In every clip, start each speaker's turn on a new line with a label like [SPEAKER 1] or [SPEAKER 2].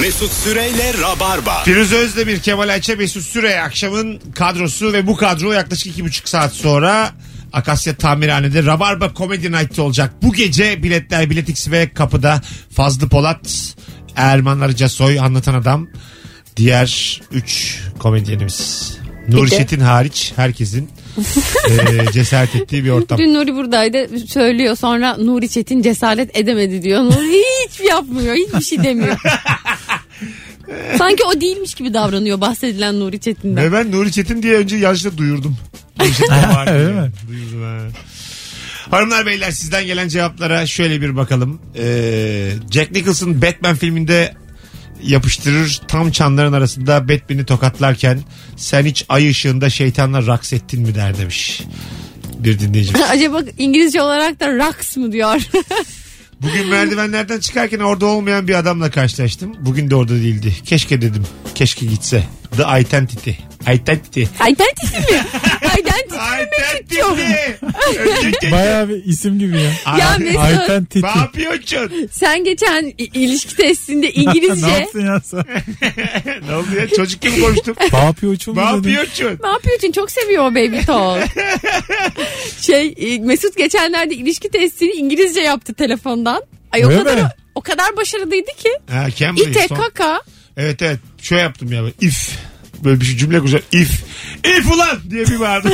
[SPEAKER 1] Mesut Süreyle Rabarba.
[SPEAKER 2] Firuze Özdemir, Kemal Ayça, Mesut Süre akşamın kadrosu ve bu kadro yaklaşık iki buçuk saat sonra Akasya Tamirhane'de Rabarba Comedy Night olacak. Bu gece biletler biletix ve kapıda Fazlı Polat, Erman Arıca Soy, Anlatan Adam, diğer üç komedyenimiz. Nuri
[SPEAKER 3] de-
[SPEAKER 2] Çetin hariç herkesin eee, cesaret ettiği bir ortam.
[SPEAKER 3] Dün Nuri buradaydı söylüyor sonra Nuri Çetin cesaret edemedi diyor. Nuri hiç yapmıyor hiçbir şey demiyor. Sanki o değilmiş gibi davranıyor bahsedilen Nuri Çetin'den.
[SPEAKER 2] Ve ben Nuri Çetin diye önce yanlışlıkla duyurdum. Nuri Çetin var diye.
[SPEAKER 4] Öyle mi?
[SPEAKER 2] Duyurdum ha. Hanımlar beyler sizden gelen cevaplara şöyle bir bakalım. Ee, Jack Nicholson Batman filminde yapıştırır tam çanların arasında Batman'i tokatlarken sen hiç ay ışığında şeytanla raks ettin mi der demiş bir dinleyici.
[SPEAKER 3] Acaba İngilizce olarak da raks mı diyor.
[SPEAKER 2] Bugün merdivenlerden çıkarken orada olmayan bir adamla karşılaştım. Bugün de orada değildi. Keşke dedim. Keşke gitse. The Identity. Identity.
[SPEAKER 3] Identity mi? Identity mi Mesut'cum?
[SPEAKER 2] Identity.
[SPEAKER 4] Bayağı bir isim gibi ya.
[SPEAKER 3] Ya Mesut
[SPEAKER 4] Ayten Titi.
[SPEAKER 2] Ne yapıyorsun?
[SPEAKER 3] sen geçen i- ilişki testinde
[SPEAKER 4] ne
[SPEAKER 3] İngilizce
[SPEAKER 4] yaptın ya sen?
[SPEAKER 2] ne oldu ya? Çocuk gibi konuştum.
[SPEAKER 4] Ne yapıyor uçum
[SPEAKER 2] ne
[SPEAKER 4] dedin?
[SPEAKER 2] yapıyorsun?
[SPEAKER 3] ne yapıyorsun çok seviyor o baby talk. şey e, Mesut geçenlerde ilişki testini İngilizce yaptı telefondan. Ay o
[SPEAKER 4] Öyle
[SPEAKER 3] kadar
[SPEAKER 4] mi?
[SPEAKER 3] o kadar başarılıydı ki.
[SPEAKER 2] Ha, Cambridge.
[SPEAKER 3] İte
[SPEAKER 2] son-
[SPEAKER 3] kaka.
[SPEAKER 2] Evet evet. Şöyle yaptım ya. böyle, If. Böyle bir cümle kuracağım. If. If ulan diye bir bağırdım.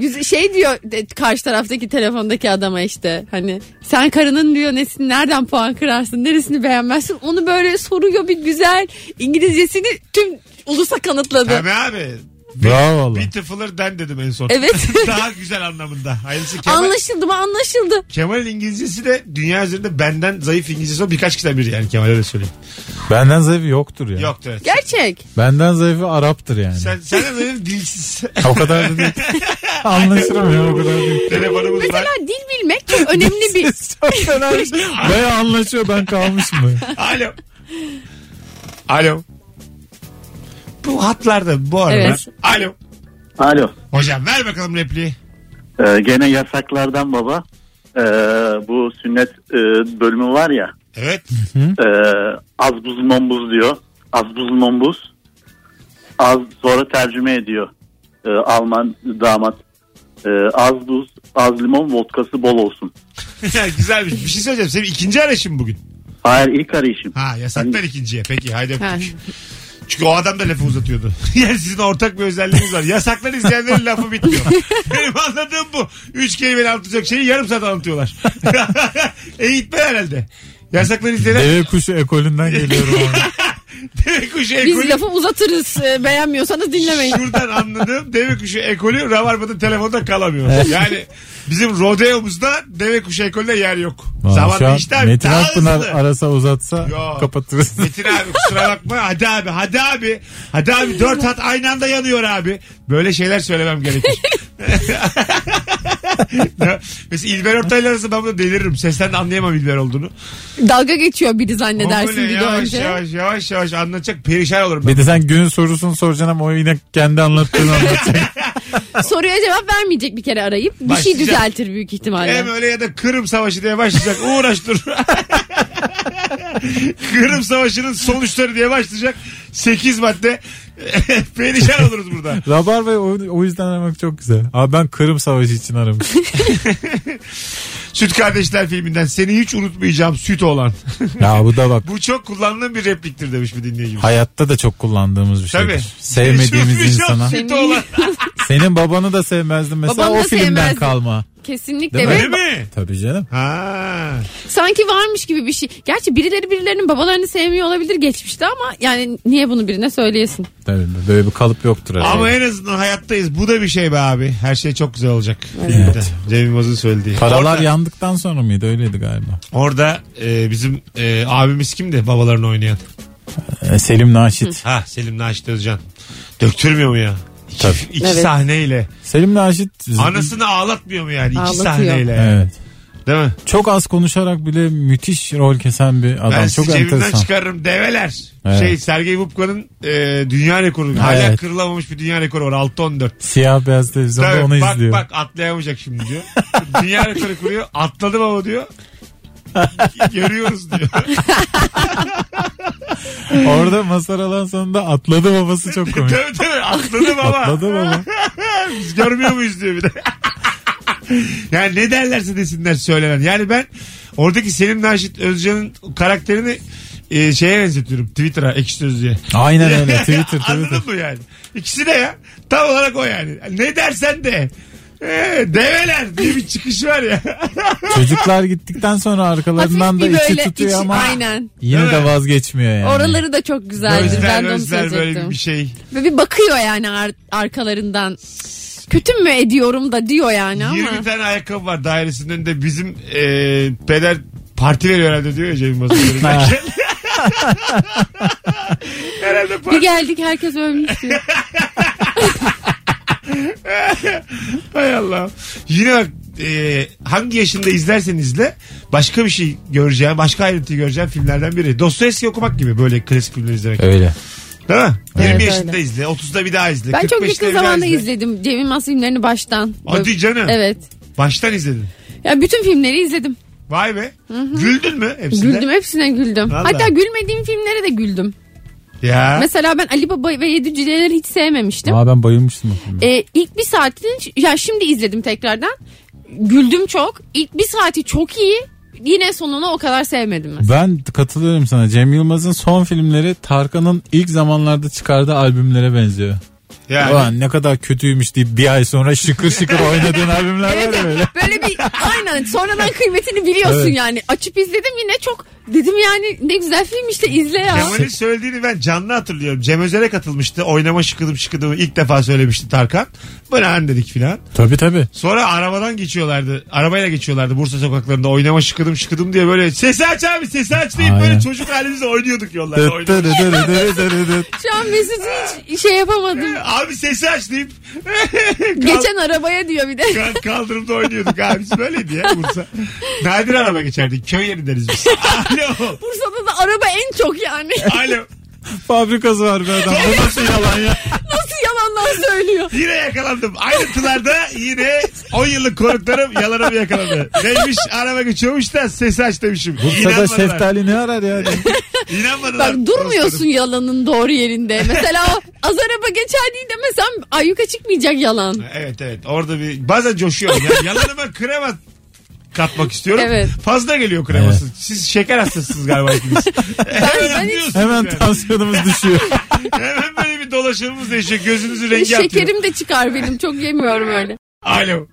[SPEAKER 3] Güzel- Şey diyor de- karşı taraftaki telefondaki adama işte hani sen karının diyor nesini nereden puan kırarsın neresini beğenmezsin onu böyle soruyor bir güzel İngilizcesini tüm ulusa kanıtladı.
[SPEAKER 2] Tabii abi.
[SPEAKER 4] Bravo valla.
[SPEAKER 2] Beautiful'er den dedim en son.
[SPEAKER 3] Evet.
[SPEAKER 2] Daha güzel anlamında. Hayırlısı Kemal.
[SPEAKER 3] Anlaşıldı mı anlaşıldı.
[SPEAKER 2] Kemal'in İngilizcesi de dünya üzerinde benden zayıf İngilizcesi olan birkaç kişiden biri yani Kemal öyle söyleyeyim.
[SPEAKER 4] Benden zayıfı yoktur ya.
[SPEAKER 2] Yoktu evet.
[SPEAKER 3] Gerçek.
[SPEAKER 4] Benden zayıfı Arap'tır yani.
[SPEAKER 2] Sen, sen de benim dilsiz
[SPEAKER 4] O kadar da değil. Anlaşırım ya o kadar değil.
[SPEAKER 2] telefonumuz var.
[SPEAKER 3] Mesela dil bilmek çok önemli bir.
[SPEAKER 4] Çok fena bir şey. Baya anlaşıyor ben kalmış mı?
[SPEAKER 2] Alo. Alo. Bu hatlarda bu aralar.
[SPEAKER 3] Evet.
[SPEAKER 2] Alo.
[SPEAKER 5] Alo.
[SPEAKER 2] Hocam ver bakalım repliği.
[SPEAKER 5] Ee, gene yasaklardan baba. Ee, bu sünnet e, bölümü var ya.
[SPEAKER 2] Evet.
[SPEAKER 5] E, az buz mombuz diyor. Az buz mombuz. Az sonra tercüme ediyor. Ee, Alman damat. Ee, az buz, az limon, vodkası bol olsun.
[SPEAKER 2] Güzelmiş. Bir şey söyleyeceğim. Senin ikinci arayışın bugün.
[SPEAKER 5] Hayır ilk arayışım.
[SPEAKER 2] Ha yasaklar ikinciye. Peki haydi
[SPEAKER 3] Ha.
[SPEAKER 2] öptük. Çünkü o adam da lafı uzatıyordu. yani sizin ortak bir özelliğiniz var. Yasaklar izleyenlerin lafı bitmiyor. Benim anladığım bu. Üç kelimeyle anlatacak şeyi yarım saat anlatıyorlar. Eğitmen herhalde. Yasaklar izleyenler
[SPEAKER 4] Deve kuşu ekolünden geliyorum. Ona.
[SPEAKER 2] deve kuşu
[SPEAKER 3] Biz
[SPEAKER 2] ekolü.
[SPEAKER 3] lafı uzatırız e, beğenmiyorsanız dinlemeyin.
[SPEAKER 2] Şuradan anladığım deve kuşu ekolü Rabarba'da telefonda kalamıyor. Yani bizim rodeomuzda deve kuşu ekolüne yer yok.
[SPEAKER 4] Vallahi şu
[SPEAKER 2] Zamanla
[SPEAKER 4] an
[SPEAKER 2] işler
[SPEAKER 4] Metin
[SPEAKER 2] daha
[SPEAKER 4] Akpınar
[SPEAKER 2] hızlı.
[SPEAKER 4] arasa uzatsa
[SPEAKER 2] Yok.
[SPEAKER 4] kapatırız.
[SPEAKER 2] Metin abi kusura bakma. Hadi abi hadi abi. Hadi abi dört hat aynı anda yanıyor abi. Böyle şeyler söylemem gerekir. Mesela İlber Ortaylı arası ben bunu deliririm. Sesten de anlayamam İlber olduğunu.
[SPEAKER 3] Dalga geçiyor biri
[SPEAKER 2] Ama
[SPEAKER 3] zannedersin
[SPEAKER 2] böyle
[SPEAKER 3] bir de
[SPEAKER 2] yavaş,
[SPEAKER 3] önce.
[SPEAKER 2] yavaş yavaş yavaş anlatacak perişan olurum. Ben.
[SPEAKER 4] Bir de sen günün sorusunu soracaksın ama o yine kendi anlattığını anlatacak.
[SPEAKER 3] Soruya cevap vermeyecek bir kere arayıp bir şey
[SPEAKER 2] Başlayacak.
[SPEAKER 3] düzeltir büyük ihtimalle.
[SPEAKER 2] Hem öyle ya da Kırım Savaşı diye başlayacak. Uğraş dur. Kırım Savaşı'nın sonuçları diye başlayacak. 8 madde. Perişan oluruz burada.
[SPEAKER 4] Rabar Bey o, o yüzden aramak çok güzel. Abi ben Kırım Savaşı için aramıştım.
[SPEAKER 2] Süt Kardeşler filminden seni hiç unutmayacağım süt olan.
[SPEAKER 4] ya bu da bak
[SPEAKER 2] Bu çok kullanılan bir repliktir demiş bir dinleyicimiz.
[SPEAKER 4] hayatta da çok kullandığımız bir
[SPEAKER 2] Tabii.
[SPEAKER 4] şeydir. Sevmediğimiz
[SPEAKER 2] Hiç
[SPEAKER 4] insana.
[SPEAKER 2] unutmayacağım süt olan.
[SPEAKER 4] Senin babanı da sevmezdim mesela
[SPEAKER 3] Babanı
[SPEAKER 4] o
[SPEAKER 3] da
[SPEAKER 4] filmden
[SPEAKER 3] sevmezdim.
[SPEAKER 4] kalma.
[SPEAKER 3] Kesinlikle
[SPEAKER 4] Değil
[SPEAKER 3] ve
[SPEAKER 2] Öyle mi?
[SPEAKER 4] Tabii canım.
[SPEAKER 2] Ha.
[SPEAKER 3] sanki varmış gibi bir şey. Gerçi birileri birilerinin babalarını sevmiyor olabilir geçmişte ama yani niye bunu birine söyleyesin?
[SPEAKER 4] Tabii, böyle bir kalıp yoktur herhalde.
[SPEAKER 2] Ama en azından hayattayız. Bu da bir şey be abi. Her şey çok güzel olacak. Filmde. Cem Yılmaz'ın söylediği.
[SPEAKER 4] Paralar
[SPEAKER 2] orada,
[SPEAKER 4] yandıktan sonra mıydı? Öyleydi galiba.
[SPEAKER 2] Orada e, bizim e, abimiz kimdi babalarını oynayan?
[SPEAKER 4] Ee, Selim Naşit.
[SPEAKER 2] Ha Selim Naşit Özcan. Döktürmüyor mu ya? İki,
[SPEAKER 4] Tabii.
[SPEAKER 2] iki
[SPEAKER 3] Evet.
[SPEAKER 2] sahneyle.
[SPEAKER 4] Selim Naşit.
[SPEAKER 2] Anasını ağlatmıyor mu yani? İki
[SPEAKER 3] Ağlatıyor.
[SPEAKER 2] sahneyle.
[SPEAKER 4] Evet.
[SPEAKER 2] Değil mi?
[SPEAKER 4] Çok az konuşarak bile müthiş rol kesen bir adam.
[SPEAKER 2] Ben
[SPEAKER 4] çok
[SPEAKER 2] sizi cebimden
[SPEAKER 4] enteresan.
[SPEAKER 2] çıkarırım develer.
[SPEAKER 4] Evet.
[SPEAKER 2] Şey Sergey Bubka'nın e, dünya rekoru. Hala
[SPEAKER 4] Evet.
[SPEAKER 2] kırılamamış bir dünya rekoru var. 6-14.
[SPEAKER 4] Siyah beyaz televizyonda
[SPEAKER 2] Tabii,
[SPEAKER 4] onu
[SPEAKER 2] bak
[SPEAKER 4] izliyor.
[SPEAKER 2] bak atlayamayacak şimdi diyor. dünya rekoru kuruyor. Atladım ama diyor. Görüyoruz diyor.
[SPEAKER 4] Orada masar alan sonunda atladı babası çok komik.
[SPEAKER 2] tabii tabii atladı baba.
[SPEAKER 4] atladı baba.
[SPEAKER 2] Biz görmüyor muyuz diyor bir de. yani ne derlerse desinler söylenen. Yani ben oradaki Selim Naşit Özcan'ın karakterini e, şeye benzetiyorum. Twitter'a ekşi sözlüğe.
[SPEAKER 4] Aynen öyle. Twitter Twitter.
[SPEAKER 2] Anladın mı yani? İkisi de ya. Tam olarak o yani. Ne dersen de. Ee, develer diye bir çıkış var ya.
[SPEAKER 4] Çocuklar gittikten sonra arkalarından da
[SPEAKER 3] Hafif bir
[SPEAKER 4] içi
[SPEAKER 3] böyle
[SPEAKER 4] tutuyor
[SPEAKER 3] içi-
[SPEAKER 4] ama
[SPEAKER 3] aynen.
[SPEAKER 4] yine
[SPEAKER 2] Değil
[SPEAKER 4] de
[SPEAKER 2] mi?
[SPEAKER 4] vazgeçmiyor yani.
[SPEAKER 3] Oraları da çok güzeldir.
[SPEAKER 2] Özler
[SPEAKER 3] Ben de onu
[SPEAKER 2] özler böyle
[SPEAKER 3] söyleyecektim.
[SPEAKER 2] bir şey.
[SPEAKER 3] Böyle bir bakıyor yani ar- arkalarından. Kötü mü ediyorum da diyor yani ama.
[SPEAKER 2] 20 tane ayakkabı var dairesinin önünde. Bizim e, peder parti veriyor herhalde diyor ya Cem Yılmaz. herhalde
[SPEAKER 3] Bir
[SPEAKER 2] parti.
[SPEAKER 3] geldik herkes ölmüş diyor.
[SPEAKER 2] Hay Allah. Yine bak e, hangi yaşında izlersen izle başka bir şey göreceğim, başka ayrıntıyı göreceğim filmlerden biri. Dostoyevski okumak gibi böyle klasik filmleri izlemek.
[SPEAKER 4] Öyle.
[SPEAKER 2] Değil mi? 20
[SPEAKER 3] Evet,
[SPEAKER 2] yaşında
[SPEAKER 3] öyle.
[SPEAKER 2] izle, 30'da bir daha izle.
[SPEAKER 3] Ben çok
[SPEAKER 2] 45'te
[SPEAKER 3] yakın
[SPEAKER 2] bir daha
[SPEAKER 3] zamanda
[SPEAKER 2] izle.
[SPEAKER 3] izledim. Cem Yılmaz filmlerini baştan.
[SPEAKER 2] Hadi canım.
[SPEAKER 3] Evet.
[SPEAKER 2] Baştan izledin.
[SPEAKER 3] Ya bütün filmleri izledim.
[SPEAKER 2] Vay be. Güldün mü hepsinde?
[SPEAKER 3] Güldüm hepsine güldüm.
[SPEAKER 2] Vallahi.
[SPEAKER 3] Hatta gülmediğim filmlere de güldüm.
[SPEAKER 2] Ya.
[SPEAKER 3] Mesela ben Ali Baba ve Yedi Cüceleri hiç sevmemiştim.
[SPEAKER 4] Aa ben bayılmıştım o filme.
[SPEAKER 3] Ee, ilk bir saatini ya şimdi izledim tekrardan. Güldüm çok. İlk bir saati çok iyi. Yine sonunu o kadar sevmedim. mesela.
[SPEAKER 4] Ben katılıyorum sana. Cem Yılmaz'ın son filmleri Tarkan'ın ilk zamanlarda çıkardığı albümlere benziyor.
[SPEAKER 2] yani.
[SPEAKER 4] Ulan ne kadar kötüymüş deyip bir ay sonra şıkır şıkır oynadığın albümler var ya böyle.
[SPEAKER 3] Böyle bir aynen sonradan kıymetini biliyorsun
[SPEAKER 4] Evet.
[SPEAKER 3] yani. Açıp izledim yine çok dedim yani ne güzel film işte izle ya.
[SPEAKER 2] Kemal'in söylediğini ben canlı hatırlıyorum. Cem Özer'e katılmıştı. Oynama şıkıdım şıkıdımı ilk defa söylemişti Tarkan. Bana an dedik filan.
[SPEAKER 4] Tabii tabii.
[SPEAKER 2] Sonra arabadan geçiyorlardı. Arabayla geçiyorlardı Bursa sokaklarında. Oynama şıkıdım şıkıdım diye böyle sesi aç abi sesi aç deyip
[SPEAKER 4] Aynen.
[SPEAKER 2] böyle çocuk halimizle oynuyorduk yollarda.
[SPEAKER 4] Dıt
[SPEAKER 2] Oynuyorduk.
[SPEAKER 4] dıt dıt dıt dıt dıt dıt.
[SPEAKER 3] Şu an Mesut'u hiç şey yapamadım.
[SPEAKER 2] Abi sesi aç deyip
[SPEAKER 3] Geçen arabaya diyor bir de.
[SPEAKER 2] Kal- kaldırımda oynuyorduk abi biz böyleydi ya Bursa. Nadir araba geçerdik. Köy yeri deriz biz. Alo.
[SPEAKER 3] Bursa'da da araba en çok yani.
[SPEAKER 2] Alo.
[SPEAKER 4] Fabrikası var be adam. Bu nasıl yalan ya?
[SPEAKER 3] Nasıl yalanlar söylüyor.
[SPEAKER 2] Yine yakalandım. Ayrıntılarda yine 10 yıllık konuklarım yalanımı yakaladı. Neymiş araba geçiyormuş da sesi aç demişim.
[SPEAKER 4] Bursa'da şeftali ne arar ya?
[SPEAKER 2] İnanmadılar.
[SPEAKER 3] Bak durmuyorsun yalanın doğru yerinde. Mesela o az araba geçerdiği demesem ayyuka çıkmayacak yalan.
[SPEAKER 2] Evet evet orada bir bazen coşuyorum. Ya. Yalanıma krema katmak istiyorum.
[SPEAKER 3] Evet.
[SPEAKER 2] Fazla geliyor kreması. Siz şeker hastasısınız galiba ikiniz. hemen
[SPEAKER 3] ben hiç-
[SPEAKER 2] anlıyorsunuz
[SPEAKER 4] Hemen
[SPEAKER 2] yani.
[SPEAKER 4] tansiyonumuz düşüyor.
[SPEAKER 2] Hemen böyle bir dolaşımımız değişiyor. Gözünüzün rengi atıyor.
[SPEAKER 3] Şekerim de çıkar benim çok yemiyorum öyle.
[SPEAKER 2] Alo.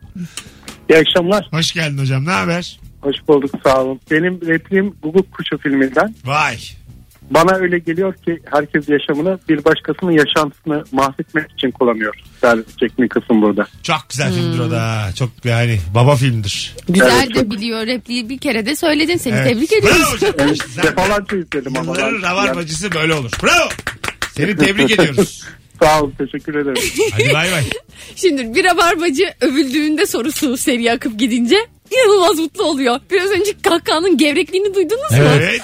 [SPEAKER 6] İyi akşamlar.
[SPEAKER 2] Hoş geldin hocam. Ne haber?
[SPEAKER 6] Hoş bulduk sağ olun. Benim repliğim Guguk Kuşu filminden.
[SPEAKER 2] Vay.
[SPEAKER 6] Bana öyle geliyor ki herkes yaşamını bir başkasının yaşantısını mahvetmek için kullanıyor. Der çekme kısım burada.
[SPEAKER 2] Çok güzel filmdir
[SPEAKER 3] Hmm.
[SPEAKER 2] o da. ha. Çok yani baba filmdir.
[SPEAKER 3] Güzel
[SPEAKER 6] Evet,
[SPEAKER 3] de
[SPEAKER 6] çok-
[SPEAKER 3] biliyor repliği bir kere de söyledin seni
[SPEAKER 2] Evet.
[SPEAKER 3] tebrik ediyoruz.
[SPEAKER 2] Bravo hocam.
[SPEAKER 6] Evet,
[SPEAKER 2] Zaten-
[SPEAKER 6] defalarca izledim ama.
[SPEAKER 2] Yılların
[SPEAKER 6] ben.
[SPEAKER 2] rabarbacısı böyle olur. Bravo. Seni tebrik ediyoruz.
[SPEAKER 6] Sağ olun teşekkür ederim.
[SPEAKER 2] Hadi bay bay.
[SPEAKER 3] Şimdi bir rabarbacı övüldüğünde sorusu seri akıp gidince inanılmaz mutlu oluyor. Biraz önce kahkahanın gevrekliğini duydunuz mu?
[SPEAKER 2] Evet.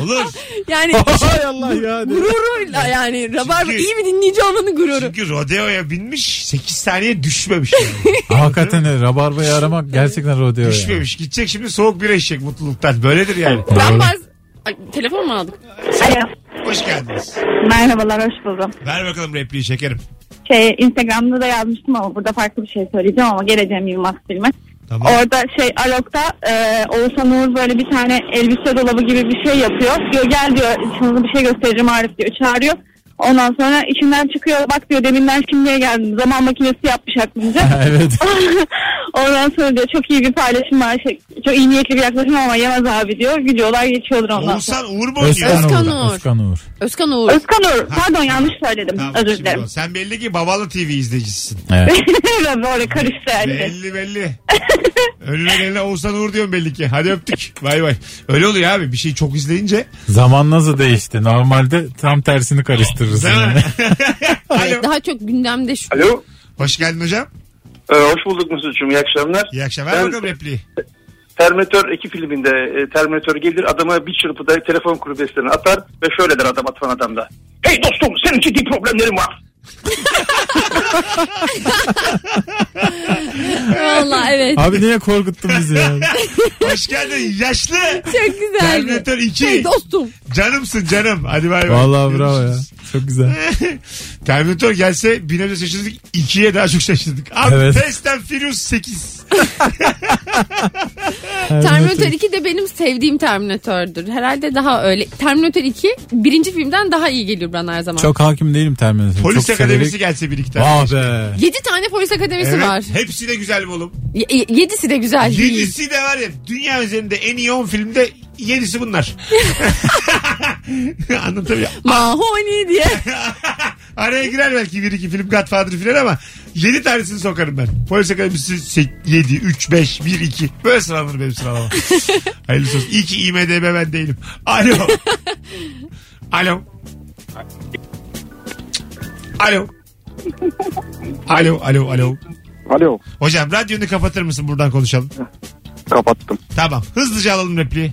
[SPEAKER 2] olur.
[SPEAKER 3] Yani
[SPEAKER 4] Hay Allah ya.
[SPEAKER 3] gururuyla yani rabarba
[SPEAKER 2] Çünkü-
[SPEAKER 3] iyi bir dinleyici olmanın gururu.
[SPEAKER 2] Çünkü rodeoya binmiş 8 saniye düşmemiş. yani.
[SPEAKER 4] Hakikaten öyle. rabarbayı aramak gerçekten rodeo ya.
[SPEAKER 2] düşmemiş. Gidecek şimdi soğuk bira içecek mutluluktan. Böyledir yani.
[SPEAKER 3] Ben baz... Ay, telefon mu aldık?
[SPEAKER 7] Alo.
[SPEAKER 2] Hoş geldiniz.
[SPEAKER 7] Merhabalar hoş buldum.
[SPEAKER 2] Ver bakalım repliği şekerim.
[SPEAKER 7] Şey, Instagram'da da yazmıştım ama burada farklı bir şey söyleyeceğim ama geleceğim Yılmaz filmi.
[SPEAKER 2] Tamam.
[SPEAKER 7] Orada şey Alok'ta e, Oğuzhan Uğur böyle bir tane elbise dolabı gibi bir şey yapıyor. Diyor gel diyor sana bir şey göstereceğim Arif diyor çağırıyor. Ondan sonra içinden çıkıyor bak diyor deminden şimdiye geldim zaman makinesi yapmış aklınca.
[SPEAKER 4] evet.
[SPEAKER 7] ondan sonra diyor çok iyi bir paylaşım var şey, çok iyi niyetli bir yaklaşım ama yemez abi diyor. Gülüyorlar geçiyordur ondan sonra.
[SPEAKER 2] Oğuzhan Uğur mu
[SPEAKER 4] Özkan
[SPEAKER 2] oynuyor?
[SPEAKER 3] Özkan Uğur.
[SPEAKER 4] Uğur. Özkan Uğur.
[SPEAKER 3] Özkan Uğur.
[SPEAKER 7] Özkan Uğur pardon yanlış söyledim
[SPEAKER 2] Tamam,
[SPEAKER 7] özür
[SPEAKER 2] şimdi
[SPEAKER 7] dilerim.
[SPEAKER 2] o. Sen belli ki babalı TV izleyicisisin.
[SPEAKER 4] Evet.
[SPEAKER 7] Böyle karıştı her şey.
[SPEAKER 2] Belli belli. Önüne gelene Oğuzhan Uğur diyorum belli ki. Hadi öptük. Bay bay. Öyle oluyor abi. Bir şey çok izleyince.
[SPEAKER 4] Zaman nasıl değişti? Normalde tam tersini karıştırırsın.
[SPEAKER 2] Değil mi?
[SPEAKER 4] yani.
[SPEAKER 2] Alo.
[SPEAKER 3] Daha çok gündemde şu.
[SPEAKER 8] Alo.
[SPEAKER 2] Hoş geldin hocam.
[SPEAKER 8] Ee, hoş bulduk Mesut'cum. İyi akşamlar.
[SPEAKER 2] İyi akşamlar. Ver
[SPEAKER 8] Ben-
[SPEAKER 2] bakalım repliği.
[SPEAKER 8] Terminator 2 filminde e, Terminator gelir adama bir çırpıda telefon kulübesine atar ve şöyle der adam atan adamda. Hey dostum senin ciddi problemlerin var.
[SPEAKER 3] Valla evet.
[SPEAKER 4] Abi niye korkuttun bizi ya?
[SPEAKER 2] Hoş geldin yaşlı.
[SPEAKER 3] Çok güzeldi.
[SPEAKER 2] Terminator 2.
[SPEAKER 3] Hey dostum.
[SPEAKER 2] Canımsın canım. Hadi bay bay.
[SPEAKER 4] Vallahi bravo ya. Çok güzel.
[SPEAKER 2] Terminator gelse bir nebze şaşırdık. ikiye daha çok şaşırdık. Abi
[SPEAKER 4] Evet.
[SPEAKER 2] Fast and Furious 8.
[SPEAKER 3] Terminator 2 de benim sevdiğim Terminator'dur. Herhalde daha öyle. Terminator 2 birinci filmden daha iyi geliyor bana her zaman.
[SPEAKER 4] Çok hakim değilim Terminator'a.
[SPEAKER 2] Polis
[SPEAKER 4] Çok
[SPEAKER 2] akademisi
[SPEAKER 4] severek-
[SPEAKER 2] gelse bir iki tane.
[SPEAKER 4] Vah be.
[SPEAKER 3] 7 tane polis akademisi
[SPEAKER 2] Evet,
[SPEAKER 3] var.
[SPEAKER 2] hepsi de güzel oğlum.
[SPEAKER 3] Y- y- Yedisi de güzel değil.
[SPEAKER 2] Yedisi de var ya dünya üzerinde en iyi 10 filmde yedisi bunlar. Anlatabiliyor
[SPEAKER 4] Ah.
[SPEAKER 3] Mahoni diye.
[SPEAKER 2] Araya girer belki bir iki film Godfather filan ama yedi tanesini sokarım ben. Polis Akademisi 7, 3, 5, 1, 2. Böyle sıralanır benim sıralama. Hayırlısı olsun. İyi ki IMDB ben değilim. Alo. Alo. Alo. Alo, alo, alo.
[SPEAKER 6] Alo
[SPEAKER 2] Hocam radyonu kapatır mısın buradan konuşalım.
[SPEAKER 6] kapattım.
[SPEAKER 2] Tamam. Hızlıca alalım repliği.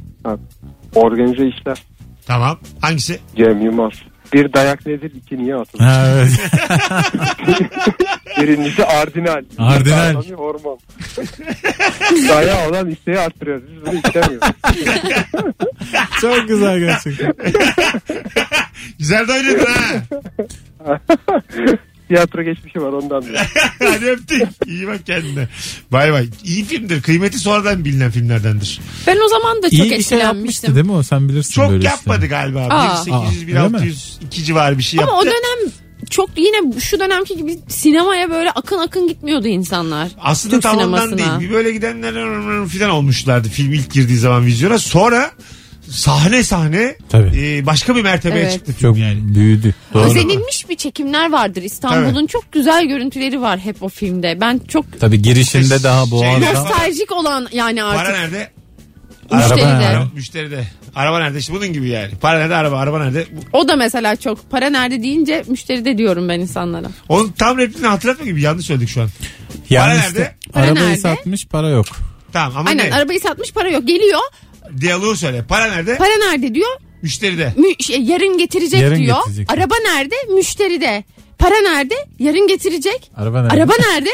[SPEAKER 6] Organize işler.
[SPEAKER 2] Tamam. Hangisi?
[SPEAKER 6] Cem Yılmaz. Bir dayak nedir? İki niye atılır?
[SPEAKER 4] Ha, evet.
[SPEAKER 6] Birincisi ardinal.
[SPEAKER 4] Ardinal.
[SPEAKER 6] Ardinal hormon. Dayağı olan isteği arttırıyoruz. Biz bunu istemiyoruz.
[SPEAKER 4] Çok güzel gerçekten.
[SPEAKER 2] Güzel de oynadın ha.
[SPEAKER 6] Tiyatro geçmişi var ondan. diyor.
[SPEAKER 2] Hadi öptük. İyi bak kendine. Bay bay. İyi filmdir. Kıymeti sonradan bilinen filmlerdendir.
[SPEAKER 3] Ben o zaman da çok
[SPEAKER 4] İyi bir şey
[SPEAKER 3] etkilenmiştim.
[SPEAKER 4] yapmıştı değil mi o? Sen bilirsin
[SPEAKER 2] Çok
[SPEAKER 4] böyle
[SPEAKER 2] yapmadı
[SPEAKER 4] işleri.
[SPEAKER 2] galiba.
[SPEAKER 3] Aa.
[SPEAKER 2] 1800,
[SPEAKER 4] Aa, öyle mi?
[SPEAKER 2] 1600, 2 civarı bir şey yaptı.
[SPEAKER 3] Ama o dönem çok yine şu dönemki gibi sinemaya böyle akın akın gitmiyordu insanlar.
[SPEAKER 2] Aslında
[SPEAKER 3] Türk
[SPEAKER 2] tam ondan
[SPEAKER 3] sinemasına.
[SPEAKER 2] değil. Bir böyle gidenler filan olmuşlardı film ilk girdiği zaman vizyona. Sonra sahne sahne
[SPEAKER 4] Tabii.
[SPEAKER 2] e, başka bir mertebeye
[SPEAKER 3] Evet.
[SPEAKER 2] çıktı film
[SPEAKER 4] Çok
[SPEAKER 2] yani.
[SPEAKER 4] büyüdü. Doğru.
[SPEAKER 3] Özenilmiş bir çekimler vardır. İstanbul'un çok güzel görüntüleri var hep o filmde. Ben çok
[SPEAKER 4] Tabii girişinde daha
[SPEAKER 2] Şey,
[SPEAKER 4] boğazda.
[SPEAKER 3] nostaljik olan yani
[SPEAKER 2] Para
[SPEAKER 3] artık
[SPEAKER 2] nerede?
[SPEAKER 3] müşteride.
[SPEAKER 4] Araba nerede?
[SPEAKER 2] Araba, müşteride. Araba nerede? İşte bunun gibi yani. Para nerede? Araba. Araba nerede? Bu-
[SPEAKER 3] O da mesela çok para nerede deyince müşteride diyorum ben insanlara.
[SPEAKER 2] Onun tam repliğini hatırlatma gibi yanlış söyledik şu an.
[SPEAKER 4] Yani
[SPEAKER 2] Para
[SPEAKER 4] işte
[SPEAKER 2] nerede?
[SPEAKER 3] Para
[SPEAKER 4] arabayı
[SPEAKER 3] nerede?
[SPEAKER 4] satmış para yok.
[SPEAKER 2] Tamam ama
[SPEAKER 3] Aynen
[SPEAKER 2] ne?
[SPEAKER 3] arabayı satmış para yok. Geliyor
[SPEAKER 2] Diyaloğu söyle. Para nerede?
[SPEAKER 3] para nerede diyor.
[SPEAKER 2] Müşteride.
[SPEAKER 3] Mü- şey, yarın getirecek
[SPEAKER 4] Yarın
[SPEAKER 3] diyor.
[SPEAKER 4] getirecek.
[SPEAKER 3] Araba nerede? Müşteride. Para nerede? Yarın getirecek.
[SPEAKER 4] Araba nerede?
[SPEAKER 3] Araba nerede?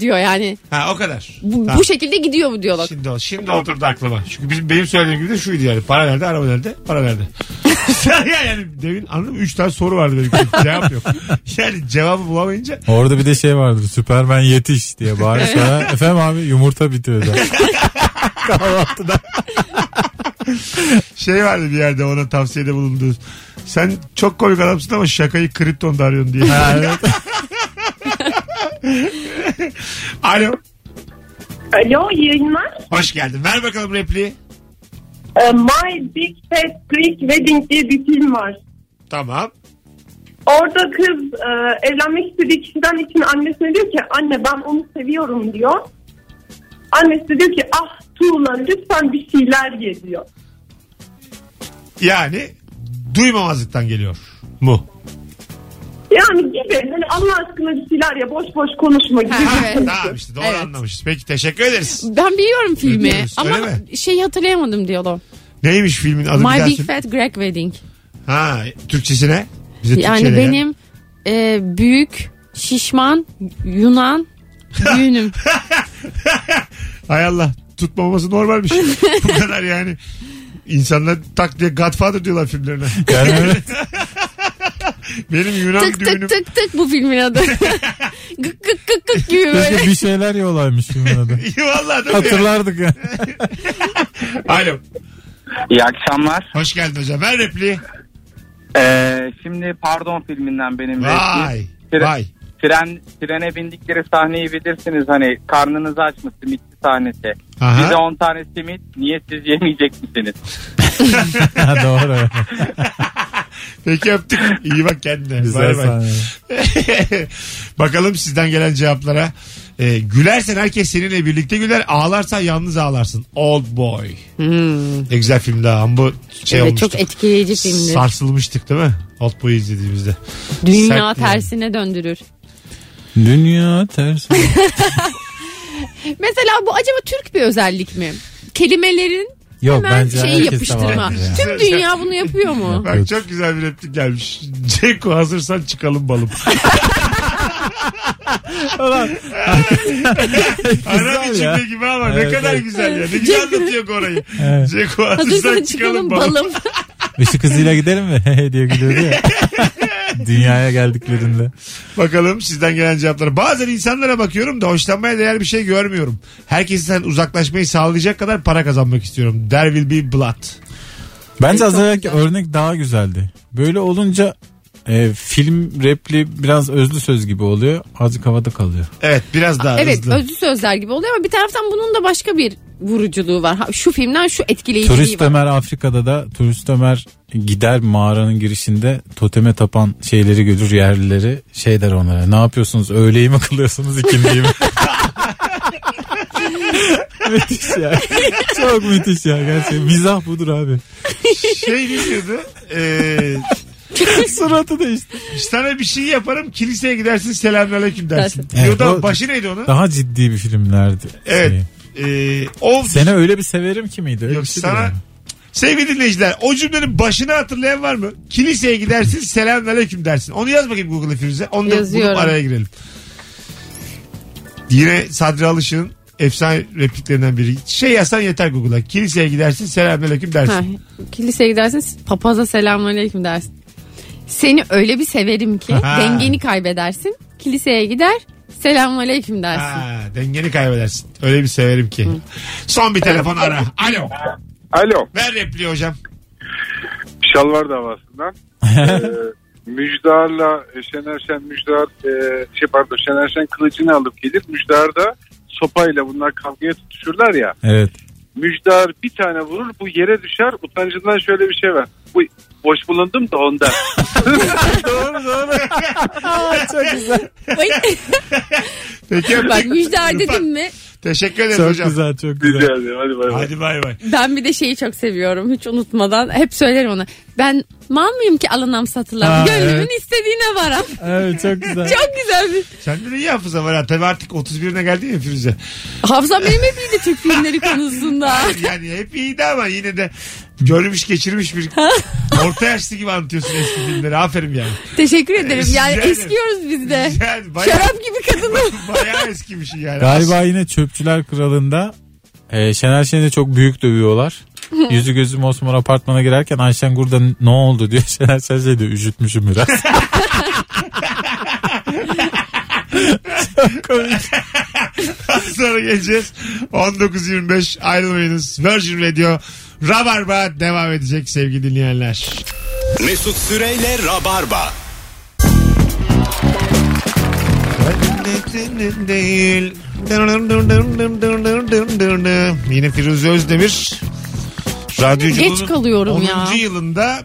[SPEAKER 3] diyor yani.
[SPEAKER 2] Ha o kadar.
[SPEAKER 3] Bu,
[SPEAKER 2] Tamam.
[SPEAKER 3] bu şekilde gidiyor bu diyalog.
[SPEAKER 2] Şimdi, o- şimdi oturdu aklıma. Çünkü bizim, benim söylediğim gibi de şuydu yani. Para nerede, araba nerede, para nerede. yani demin anladın mı? Üç tane soru vardı benim. Cevap yok. Yani cevabı bulamayınca
[SPEAKER 4] Orada bir de şey vardır. Süpermen yetiş diye bağırıyor sonra. Efendim abi yumurta bitiyor zaten.
[SPEAKER 2] şey vardı bir yerde ona tavsiyede bulundu. Sen çok komik adamsın ama şakayı kriptonda arıyorsun diye. Alo.
[SPEAKER 7] Alo yayınlar. Ee,
[SPEAKER 2] Hoş geldin. Ver bakalım repliği.
[SPEAKER 7] My Big Fat Greek Wedding diye bir film var.
[SPEAKER 2] Tamam.
[SPEAKER 7] Orada kız e, evlenmek istediği kişiden için annesine diyor ki anne ben onu seviyorum diyor. Annesi de diyor ki ah Tuğla lütfen bir şeyler ye diyor.
[SPEAKER 2] Yani duymamazlıktan geliyor. Bu.
[SPEAKER 7] Yani gibi hani Allah aşkına bir şeyler ya boş boş konuşma gibi.
[SPEAKER 3] Ha, evet.
[SPEAKER 2] Tamam işte doğru
[SPEAKER 3] Evet.
[SPEAKER 2] anlamışız. Peki teşekkür ederiz.
[SPEAKER 3] Ben biliyorum filmi
[SPEAKER 2] Biliyoruz,
[SPEAKER 3] ama
[SPEAKER 2] öyle
[SPEAKER 3] şeyi hatırlayamadım diyalog.
[SPEAKER 2] Neymiş filmin adı? bir
[SPEAKER 3] My
[SPEAKER 2] daha
[SPEAKER 3] Big
[SPEAKER 2] söyle.
[SPEAKER 3] Fat Greg Wedding.
[SPEAKER 2] Ha Türkçesine. Bize
[SPEAKER 3] Yani
[SPEAKER 2] Türkçeyle ya.
[SPEAKER 3] benim e, büyük şişman Yunan düğünüm.
[SPEAKER 2] Hay Allah tutmaması normalmiş. Bu kadar yani. İnsanlar tak diye Godfather diyorlar filmlerine.
[SPEAKER 4] Yani öyle.
[SPEAKER 2] Benim Yunan
[SPEAKER 3] tık
[SPEAKER 2] düğünüm.
[SPEAKER 3] tık tık tık bu filmin adı. gık gık gık gık gibi böyle.
[SPEAKER 4] Keşke bir şeyler yolaymış filmin adı.
[SPEAKER 2] Vallahi değil mi ya?
[SPEAKER 4] Hatırlardık ya.
[SPEAKER 2] Alo.
[SPEAKER 9] İyi akşamlar.
[SPEAKER 2] Hoş geldin hocam. Ver repliği.
[SPEAKER 9] Ee, şimdi Pardon filminden benim repliğim.
[SPEAKER 2] Vay.
[SPEAKER 9] Fren-
[SPEAKER 2] Vay.
[SPEAKER 9] Tren, trene bindikleri sahneyi bilirsiniz hani karnınızı aç mı simitçi sahnesi.
[SPEAKER 2] Aha.
[SPEAKER 9] Bize 10 tane simit niye siz yemeyecek misiniz?
[SPEAKER 4] Ha, Doğru.
[SPEAKER 2] Peki yaptık. İyi bak kendine.
[SPEAKER 4] Güzel
[SPEAKER 2] Bay bay.
[SPEAKER 4] sahne.
[SPEAKER 2] Bakalım sizden gelen cevaplara. Ee, gülersen herkes seninle birlikte güler. Ağlarsan yalnız ağlarsın. Old Boy. Ne güzel film daha. Bu şey
[SPEAKER 3] Hmm. evet,
[SPEAKER 2] olmuştu.
[SPEAKER 3] çok etkileyici filmdi.
[SPEAKER 2] Sarsılmıştık değil mi? Old Boy'u izlediğimizde.
[SPEAKER 3] Dünya
[SPEAKER 2] sert yani.
[SPEAKER 3] tersine döndürür.
[SPEAKER 4] Dünya ters.
[SPEAKER 3] Mesela bu acaba Türk bir özellik mi? Kelimelerin
[SPEAKER 4] Yok
[SPEAKER 3] hemen
[SPEAKER 4] bence
[SPEAKER 3] şeyi
[SPEAKER 4] herkes
[SPEAKER 3] yapıştırma.
[SPEAKER 4] tamam dedi ya.
[SPEAKER 3] Tüm dünya bunu yapıyor mu?
[SPEAKER 2] Bak çok güzel bir replik gelmiş. Ceko hazırsan çıkalım balım.
[SPEAKER 4] Ulan.
[SPEAKER 2] Anam
[SPEAKER 4] Güzel ya.
[SPEAKER 2] içinde gibi ama ne
[SPEAKER 4] Evet,
[SPEAKER 2] kadar
[SPEAKER 4] evet.
[SPEAKER 2] güzel ya. Ne güzel anlatıyor Gora'yı.
[SPEAKER 4] Evet.
[SPEAKER 2] Ceko
[SPEAKER 3] Hazırsan
[SPEAKER 2] hazırsan
[SPEAKER 3] çıkalım
[SPEAKER 2] balım.
[SPEAKER 3] balım.
[SPEAKER 4] Işık hızıyla gidelim mi? Hehe diye gülüyordu ya. Dünyaya geldiklerinde.
[SPEAKER 2] Bakalım sizden gelen cevaplara. Bazen insanlara bakıyorum da hoşlanmaya değer bir şey görmüyorum. Herkesten uzaklaşmayı sağlayacak kadar para kazanmak istiyorum. There will be blood.
[SPEAKER 4] Bence
[SPEAKER 3] Çok
[SPEAKER 4] az evvelki
[SPEAKER 3] güzel.
[SPEAKER 4] örnek daha güzeldi. Böyle olunca e, film repli biraz özlü söz gibi oluyor. Azıcık havada kalıyor.
[SPEAKER 2] Evet biraz daha
[SPEAKER 3] Evet
[SPEAKER 2] hızlı.
[SPEAKER 3] özlü sözler gibi oluyor ama bir taraftan bunun da başka bir vuruculuğu var. Ha, Şu filmden şu etkileyiciliği
[SPEAKER 4] Turist
[SPEAKER 3] var.
[SPEAKER 4] Ömer Afrika'da da Turist Ömer gider mağaranın girişinde toteme tapan şeyleri görür yerlileri şey der onlara ne yapıyorsunuz öğleyi mi kılıyorsunuz ikindiyi mi? müthiş ya. Çok müthiş ya gerçekten. Mizah budur abi.
[SPEAKER 2] Şey ne diyordu? Ee,
[SPEAKER 4] Suratı değişti.
[SPEAKER 2] sana bir şey yaparım kiliseye gidersin selamünaleyküm dersin.
[SPEAKER 4] Evet,
[SPEAKER 2] Diyordu ama
[SPEAKER 4] o-
[SPEAKER 2] başı neydi onun?
[SPEAKER 4] Daha ciddi bir filmlerdi.
[SPEAKER 2] Evet.
[SPEAKER 4] Şey.
[SPEAKER 2] Ee, o
[SPEAKER 4] Seni öyle bir severim ki miydi? Öyle
[SPEAKER 2] Yok,
[SPEAKER 4] bir şey şeydi
[SPEAKER 2] sana-
[SPEAKER 4] yani.
[SPEAKER 2] Sevgili dinleyiciler o cümlenin başını hatırlayan var mı? Kiliseye gidersin selamünaleyküm dersin. Onu yaz bakayım Google'a Firuze. Onu da bulup
[SPEAKER 3] Yazıyorum.
[SPEAKER 2] araya girelim. Yine Sadri Alışık'ın efsane repliklerinden biri. Şey yazsan yeter Google'a. Kiliseye gidersin selamünaleyküm dersin.
[SPEAKER 3] Ha, kiliseye gidersin papaza selamünaleyküm dersin. Seni öyle bir severim ki
[SPEAKER 2] Ha.
[SPEAKER 3] dengeni kaybedersin. Kiliseye gider selamünaleyküm dersin.
[SPEAKER 2] Ha, dengeni kaybedersin. Öyle bir severim ki. Son bir telefon ara. Alo.
[SPEAKER 6] Alo.
[SPEAKER 2] Ver repliği hocam.
[SPEAKER 6] Şalvar davasından. Ee, Müjdar'la e, Şener Şen Müjdar e, şey pardon Şener Şen kılıcını alıp gelir. Müjdar da sopayla bunlar kavgaya tutuşurlar ya.
[SPEAKER 4] evet.
[SPEAKER 6] Müjdar bir tane vurur bu yere düşer utancından şöyle bir şey var. Bu boş bulundum da onda.
[SPEAKER 3] Ay,
[SPEAKER 2] Peki
[SPEAKER 3] Bak
[SPEAKER 2] öptük.
[SPEAKER 3] müjdar dedim mi
[SPEAKER 2] Teşekkür ederiz
[SPEAKER 4] Çok
[SPEAKER 2] hocam.
[SPEAKER 4] güzel çok
[SPEAKER 6] Rica
[SPEAKER 4] güzel.
[SPEAKER 6] ederim, hadi bay bay.
[SPEAKER 2] Hadi bay bay.
[SPEAKER 3] ben bir de şeyi çok seviyorum hiç unutmadan hep söylerim ona. Ben mal mıyım ki alınam
[SPEAKER 4] Ha,
[SPEAKER 3] satılam gönlümün
[SPEAKER 4] evet.
[SPEAKER 3] istediğine varam.
[SPEAKER 4] Evet çok güzel.
[SPEAKER 3] Çok güzel bir
[SPEAKER 2] Sende de iyi hafıza var ha. Tabii artık 31'ine geldin ya Firuze.
[SPEAKER 3] Hafızam benim hep iyiydi Türk filmleri konusunda.
[SPEAKER 2] Yani hep iyiydi ama yine de görmüş geçirmiş bir orta yaşlı gibi anlatıyorsun eski filmleri. Aferin yani.
[SPEAKER 3] Teşekkür ederim. Yani
[SPEAKER 2] Rica ederim.
[SPEAKER 3] eskiyoruz biz de.
[SPEAKER 2] Yani bayağı,
[SPEAKER 3] Şarap gibi kadınım.
[SPEAKER 2] bayağı eski bir şey yani.
[SPEAKER 4] Galiba yine Çöpçüler Kralı'nda e, Şener Şen'i çok büyük dövüyorlar. Yüzü gözü mosmor apartmana girerken Ayşen Gurda ne oldu diyor. Şener Şen şey diyor üşütmüşüm biraz. çok komik.
[SPEAKER 2] Az sonra geleceğiz. 19.25 ayrılmayınız. Virgin Radio Rabarba devam edecek sevgili dinleyenler.
[SPEAKER 1] Mesut Süreyle Rabarba.
[SPEAKER 2] Yine Firuze Özdemir. Radyoculuğun
[SPEAKER 3] Geç kalıyorum
[SPEAKER 2] 10.
[SPEAKER 3] ya.
[SPEAKER 2] yılında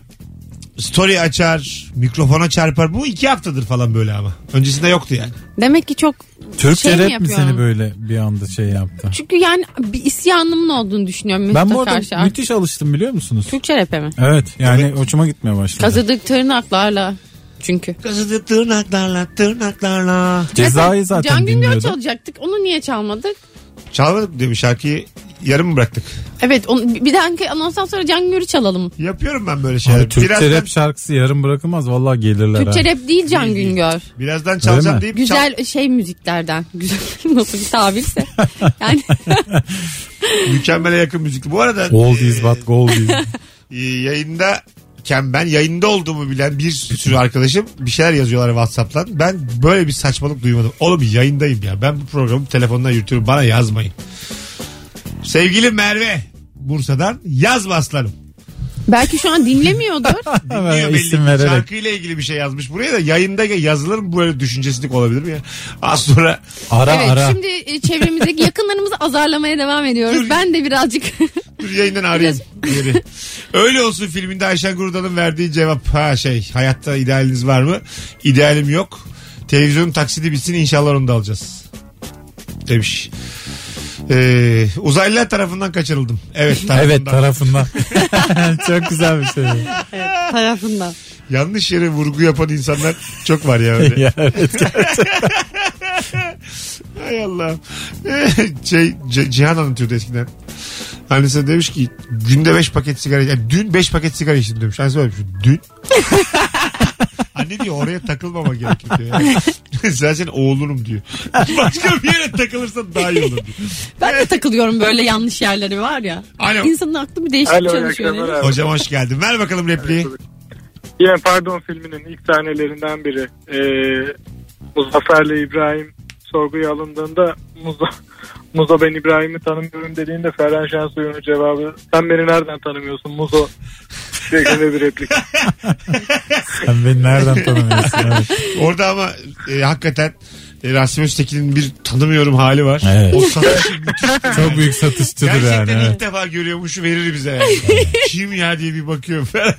[SPEAKER 2] story açar, mikrofona çarpar. Bu iki haftadır falan böyle ama. Öncesinde yoktu yani.
[SPEAKER 3] Demek ki çok
[SPEAKER 4] Türkçe
[SPEAKER 3] şey mi
[SPEAKER 4] rap mi
[SPEAKER 3] yapıyorum?
[SPEAKER 4] seni böyle bir anda şey yaptı?
[SPEAKER 3] Çünkü yani bir isyanımın olduğunu düşünüyorum Mesut'a
[SPEAKER 4] ben bu arada
[SPEAKER 3] karşı.
[SPEAKER 4] müthiş alıştım biliyor musunuz?
[SPEAKER 3] Türkçe rap'e mi?
[SPEAKER 4] Evet yani hoşuma gitmeye başladı.
[SPEAKER 3] Kazıdık tırnaklarla çünkü.
[SPEAKER 2] Kazıdı tırnaklarla tırnaklarla.
[SPEAKER 4] Cezayı zaten
[SPEAKER 3] Can Güngör
[SPEAKER 4] dinliyordum.
[SPEAKER 3] çalacaktık. Onu niye çalmadık?
[SPEAKER 2] Çalmadık değil mi şarkıyı? Yarım mı bıraktık?
[SPEAKER 3] Evet onu, bir dahaki anonstan sonra Can Güngör'ü çalalım.
[SPEAKER 2] Yapıyorum ben böyle şeyler.
[SPEAKER 4] Abi, Şey, Türkçe
[SPEAKER 2] birazdan,
[SPEAKER 4] rap şarkısı yarım bırakılmaz. Vallahi gelirler. ha.
[SPEAKER 3] Türkçe rap değil Can Güngör.
[SPEAKER 2] birazdan çalacağım
[SPEAKER 4] mi?
[SPEAKER 2] deyip çal-
[SPEAKER 3] Güzel şey müziklerden. Güzel nasıl bir tabirse. Yani
[SPEAKER 2] mükemmele yakın müzikli. Bu arada
[SPEAKER 4] Gold is what gold is.
[SPEAKER 2] e, yayında ken ben yayında olduğumu bilen bir sürü arkadaşım bir şeyler yazıyorlar Whatsapp'tan. Ben böyle bir saçmalık duymadım. Oğlum yayındayım ya. Ben bu programı telefondan yürütüyorum. Bana yazmayın. Sevgili Merve Bursa'dan yazma aslanım.
[SPEAKER 3] belki şu an dinlemiyordur.
[SPEAKER 4] Hemen
[SPEAKER 2] Diyor belli ki
[SPEAKER 4] isim vererek.
[SPEAKER 2] Şarkıyla ilgili bir şey yazmış. Buraya da yayında yazılır mı böyle düşüncesizlik olabilir mi ya? Az sonra
[SPEAKER 4] Ara
[SPEAKER 3] evet
[SPEAKER 4] ara.
[SPEAKER 3] şimdi e, çevremizdeki yakınlarımızı azarlamaya devam ediyoruz. Ben de birazcık
[SPEAKER 2] Dur yayından arayayım. Geri. Öyle olsun filminde Ayşen Gurdan'ın verdiği cevap. Ha şey hayatta idealiniz var mı? İdealim yok. Televizyonun taksidi bitsin inşallah onu da alacağız. Demiş. Ee, uzaylılar tarafından kaçırıldım. Evet tarafından.
[SPEAKER 4] Evet tarafından. Çok güzel bir şey.
[SPEAKER 3] tarafından.
[SPEAKER 2] Yanlış yere vurgu yapan insanlar çok var ya öyle.
[SPEAKER 4] ya, evet.
[SPEAKER 2] Hay Allah. şey, C- Cihan anlatıyordu eskiden. Annesi demiş ki günde 5 paket sigara yani dün 5 paket sigara içtim demiş. Annesi böyle demiş, dün. Anne diyor oraya takılmama gerekiyor. diyor. Yani. Zaten oğlunum diyor. Başka bir yere takılırsan daha iyi olur diyor.
[SPEAKER 3] Ben de takılıyorum böyle yanlış yerleri var ya.
[SPEAKER 2] Alo.
[SPEAKER 3] İnsanın aklı bir değişik
[SPEAKER 6] Alo, iyi
[SPEAKER 3] çalışıyor.
[SPEAKER 6] akşamlar
[SPEAKER 3] dedi.
[SPEAKER 6] abi.
[SPEAKER 2] Hocam hoş geldin. Ver bakalım repliği.
[SPEAKER 6] Yine Pardon filminin ilk sahnelerinden biri. Ee, Muzaffer'le İbrahim sorguya alındığında Muzo, Muzo ben İbrahim'i tanımıyorum dediğinde Ferhan Şensoy'un cevabı sen beni nereden tanımıyorsun Muzo şeklinde bir replik.
[SPEAKER 4] Sen beni nereden tanımıyorsun? Evet.
[SPEAKER 2] Orada ama e, hakikaten e, Rasim Öztekin'in bir tanımıyorum hali var.
[SPEAKER 4] Evet.
[SPEAKER 2] O satışı müthiş.
[SPEAKER 4] Çok büyük satışçıdır
[SPEAKER 2] Gerçekten
[SPEAKER 4] yani.
[SPEAKER 2] ilk
[SPEAKER 4] evet.
[SPEAKER 2] defa görüyormuş verir bize yani. Kim ya diye bir bakıyorum falan.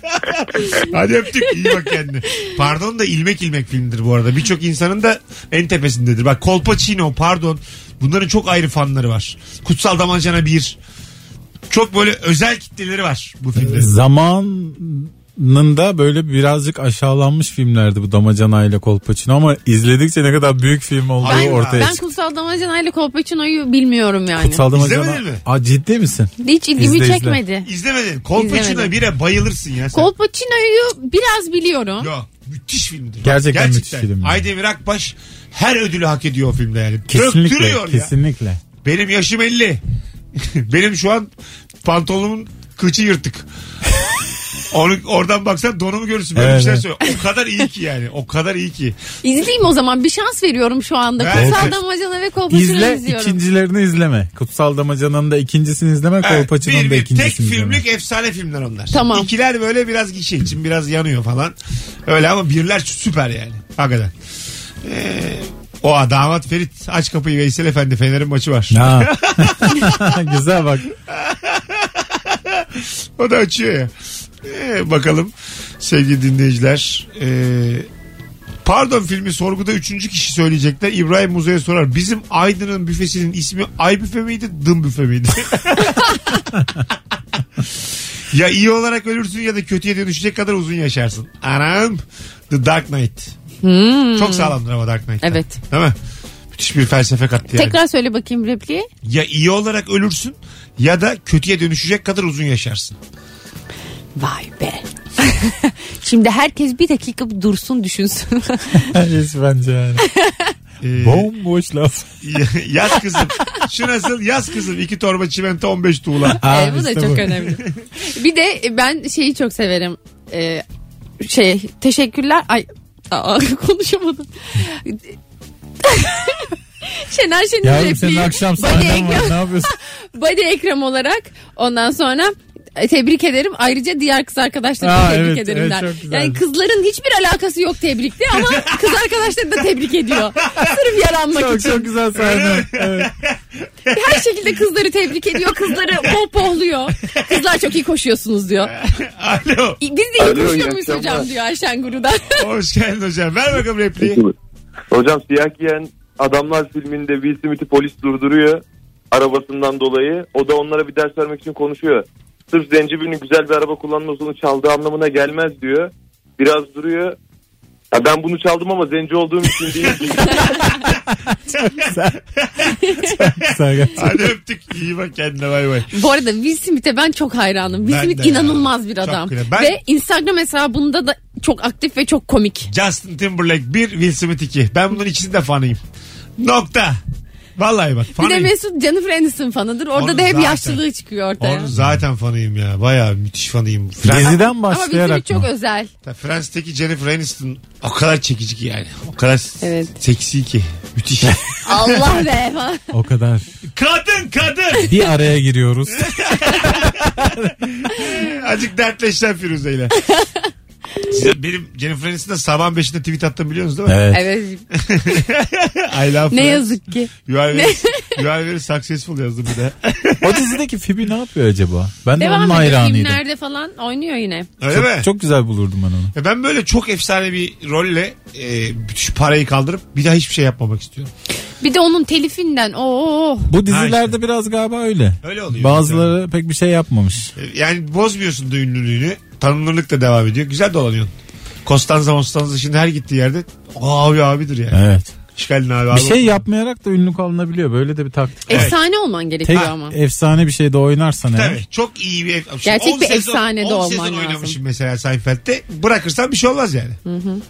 [SPEAKER 2] Hadi öptük iyi bak kendine. Pardon da ilmek ilmek filmdir bu arada. Birçok insanın da en tepesindedir. Bak Kolpaçino pardon. Bunların çok ayrı fanları var. Kutsal Damancana bir. Çok böyle özel kitleleri var bu filmde.
[SPEAKER 4] Zamanında böyle birazcık aşağılanmış filmlerdi bu Damacana ile Kolpaçino ama izledikçe ne kadar büyük film olduğu
[SPEAKER 2] Ben-
[SPEAKER 4] ortaya
[SPEAKER 3] Ben
[SPEAKER 4] çıktı.
[SPEAKER 3] Kutsal Damacana ile Kolpaçino'yu bilmiyorum yani.
[SPEAKER 4] Kutsal Damacana.
[SPEAKER 2] İzlemedin mi?
[SPEAKER 4] Aa, ciddi misin?
[SPEAKER 3] Hiç ilgimi
[SPEAKER 4] İzle, izle.
[SPEAKER 3] çekmedi.
[SPEAKER 2] İzlemedin. Kolpaçino
[SPEAKER 3] İzlemedim.
[SPEAKER 2] bire bayılırsın ya sen.
[SPEAKER 3] Kolpaçino'yu biraz biliyorum.
[SPEAKER 2] Ya müthiş filmdir.
[SPEAKER 4] Gerçekten müthiş film.
[SPEAKER 2] Aydemir Akbaş her ödülü hak ediyor o filmde yani.
[SPEAKER 4] Kesinlikle.
[SPEAKER 2] Döktürüyor ya.
[SPEAKER 4] Kesinlikle.
[SPEAKER 2] Benim yaşım 50. Benim şu an pantolonumun kıçı yırtık. Onu, oradan baksan donumu görürsün. Böyle
[SPEAKER 4] Evet,
[SPEAKER 2] bir şeyler
[SPEAKER 4] evet.
[SPEAKER 2] söylüyor. O kadar iyi ki yani. O kadar iyi ki.
[SPEAKER 3] İzleyeyim o zaman bir şans veriyorum şu anda.
[SPEAKER 2] Ver.
[SPEAKER 3] Kutsal
[SPEAKER 2] Evet.
[SPEAKER 3] Damacana ve Kolpaçino'yu
[SPEAKER 4] İzle
[SPEAKER 3] izliyorum.
[SPEAKER 4] ikincilerini izleme. Kutsal Damacana'nın da ikincisini izleme.
[SPEAKER 2] Evet,
[SPEAKER 4] Kolpaçino'nun
[SPEAKER 2] bir,
[SPEAKER 4] da
[SPEAKER 2] bir tek
[SPEAKER 4] ikincisini izleme.
[SPEAKER 2] filmlik efsane filmler onlar.
[SPEAKER 3] Tamam.
[SPEAKER 2] İkiler böyle biraz gişe için biraz yanıyor falan. Öyle ama birler süper yani. Hakikaten. Ee, o damat Ferit aç kapıyı Veysel Efendi Fener'in maçı var.
[SPEAKER 4] Ha. Güzel bak.
[SPEAKER 2] O da açıyor ya. Ee, bakalım sevgili dinleyiciler. Ee, pardon filmi sorguda üçüncü kişi söyleyecekler. İbrahim Muzay'a sorar. Bizim Aydın'ın büfesinin ismi Ay büfe miydi? Dım büfe miydi? ya iyi olarak ölürsün ya da kötüye dönüşecek kadar uzun yaşarsın. Anam. The Dark Knight. Çok sağlamdır ama Dark Knight.
[SPEAKER 3] Hmm. Evet.
[SPEAKER 2] Değil mi? Müthiş bir felsefe kattı yani.
[SPEAKER 3] Tekrar söyle bakayım repliği.
[SPEAKER 2] Ya iyi olarak ölürsün ya da kötüye dönüşecek kadar uzun yaşarsın.
[SPEAKER 3] Vay be. Şimdi herkes bir dakika bir dursun düşünsün.
[SPEAKER 4] Yes, bence yani.
[SPEAKER 2] Ee,
[SPEAKER 4] Bomboş laf.
[SPEAKER 2] yaz kızım. Şu nasıl? Yaz kızım. iki torba çimento 15 tuğla.
[SPEAKER 4] Aa,
[SPEAKER 3] Ee, bu da
[SPEAKER 4] işte
[SPEAKER 3] çok önemli. Bir de ben şeyi çok severim. Ee, şey teşekkürler. Ay aa, konuşamadım. Şener Şen'in
[SPEAKER 4] Yavrum senin
[SPEAKER 3] repliği.
[SPEAKER 4] akşam
[SPEAKER 3] Body
[SPEAKER 4] sahnen
[SPEAKER 3] Ekrem,
[SPEAKER 4] var. Ne yapıyorsun?
[SPEAKER 3] body Ekrem olarak ondan sonra e, tebrik ederim. Ayrıca diğer kız arkadaşlarımı
[SPEAKER 4] Aa,
[SPEAKER 3] tebrik
[SPEAKER 4] evet,
[SPEAKER 3] ederim
[SPEAKER 4] evet,
[SPEAKER 3] der.
[SPEAKER 4] çok güzel.
[SPEAKER 3] Yani kızların hiçbir alakası yok tebrikte ama kız arkadaşları da tebrik ediyor. Sırf yaranmak
[SPEAKER 4] Çok
[SPEAKER 3] için.
[SPEAKER 4] çok güzel sahne. Evet.
[SPEAKER 3] Her şekilde kızları tebrik ediyor. Kızları pohpohluyor. Kızlar çok iyi koşuyorsunuz diyor.
[SPEAKER 2] Alo.
[SPEAKER 3] Biz de iyi
[SPEAKER 8] Alo,
[SPEAKER 3] koşuyor
[SPEAKER 8] iyi
[SPEAKER 3] muyuz
[SPEAKER 8] akşamlar.
[SPEAKER 3] hocam diyor Ayşen Guru'dan.
[SPEAKER 2] Hoş geldin hocam. Ver bakalım repliği.
[SPEAKER 8] Hocam siyah giyen adamlar filminde Will Smith'i polis durduruyor arabasından dolayı. O da onlara bir ders vermek için konuşuyor. Sırf zencibirinin güzel bir araba kullanmasını çaldığı anlamına gelmez diyor. Biraz duruyor. Ya ben bunu çaldım ama zenci olduğum için değil. diyor.
[SPEAKER 4] Güzel gerçekten.
[SPEAKER 2] Hadi öptük. İyi bak kendine bay bay.
[SPEAKER 3] Bu arada Will Smith'e ben çok hayranım. Will
[SPEAKER 2] Ben de
[SPEAKER 3] Smith
[SPEAKER 2] ya.
[SPEAKER 3] inanılmaz bir
[SPEAKER 2] Çok
[SPEAKER 3] adam.
[SPEAKER 2] güzel. Ben-
[SPEAKER 3] Ve Instagram hesabında da çok aktif ve çok komik.
[SPEAKER 2] Justin Timberlake 1, Will Smith 2. Ben bunların ikisinin de fanıyım. Nokta. Vallahi bak
[SPEAKER 3] Bir de
[SPEAKER 2] fanıyım.
[SPEAKER 3] Mesut Jennifer Aniston fanıdır. Orada
[SPEAKER 2] Onu
[SPEAKER 3] da hep
[SPEAKER 2] zaten.
[SPEAKER 3] yaşlılığı çıkıyor ortaya.
[SPEAKER 2] Onu zaten fanıyım ya. Bayağı müthiş fanıyım. Friends,
[SPEAKER 4] Diziden
[SPEAKER 3] Ama Will Smith
[SPEAKER 4] başlayarak
[SPEAKER 3] çok
[SPEAKER 4] mı?
[SPEAKER 3] özel.
[SPEAKER 2] Friends'teki Jennifer Aniston o kadar çekici ki yani. O kadar
[SPEAKER 3] Evet.
[SPEAKER 2] seksi ki. Müthiş.
[SPEAKER 3] Allah be.
[SPEAKER 4] O kadar.
[SPEAKER 2] kadın kadın.
[SPEAKER 4] Bir araya giriyoruz.
[SPEAKER 2] Azıcık dertleşsen Firuze ile. Size benim Jennifer Aniston'da sabahın 5'inde tweet attım biliyorsunuz değil mi?
[SPEAKER 4] Evet.
[SPEAKER 3] evet.
[SPEAKER 2] I love
[SPEAKER 3] Ne
[SPEAKER 2] Friends.
[SPEAKER 3] yazık ki.
[SPEAKER 2] You are very, you are very successful yazdım bir de.
[SPEAKER 4] O dizideki Phoebe ne yapıyor acaba? Ben de onun
[SPEAKER 3] Devam ediyor.
[SPEAKER 4] hayranıydım.
[SPEAKER 3] Filmlerde falan oynuyor yine.
[SPEAKER 2] Öyle
[SPEAKER 4] Çok,
[SPEAKER 2] mi?
[SPEAKER 4] çok güzel bulurdum ben onu.
[SPEAKER 2] E Ben böyle çok efsane bir rolle e, şu parayı kaldırıp bir daha hiçbir şey yapmamak istiyorum.
[SPEAKER 3] Bir de onun telifinden. oh, Oo.
[SPEAKER 4] Bu
[SPEAKER 2] Ha
[SPEAKER 4] dizilerde
[SPEAKER 2] işte.
[SPEAKER 4] biraz galiba öyle.
[SPEAKER 2] Öyle oluyor.
[SPEAKER 4] Bazıları pek bir şey yapmamış.
[SPEAKER 2] E, Yani bozmuyorsun da ünlülüğünü. Tanınırlık da devam ediyor. Güzel dolanıyorsun. Kostanza Mostanza şimdi her gittiği yerde abi abidir yani.
[SPEAKER 4] Evet.
[SPEAKER 2] Hoş geldin abi.
[SPEAKER 4] Bir
[SPEAKER 2] Abi.
[SPEAKER 4] şey yapmayarak da ünlü kalınabiliyor. Böyle de bir taktik. var.
[SPEAKER 3] Efsane olman gerekiyor
[SPEAKER 4] Tek
[SPEAKER 3] ama.
[SPEAKER 4] efsane bir şeyde oynarsan eğer.
[SPEAKER 2] Tabii çok iyi bir Şimdi
[SPEAKER 3] Gerçek
[SPEAKER 2] on
[SPEAKER 3] bir
[SPEAKER 2] sezon-
[SPEAKER 3] efsane de
[SPEAKER 2] on
[SPEAKER 3] olman
[SPEAKER 2] sezon
[SPEAKER 3] lazım.
[SPEAKER 2] oynamışım mesela Seinfeld'de. Bırakırsan bir şey olmaz yani. Değil mi?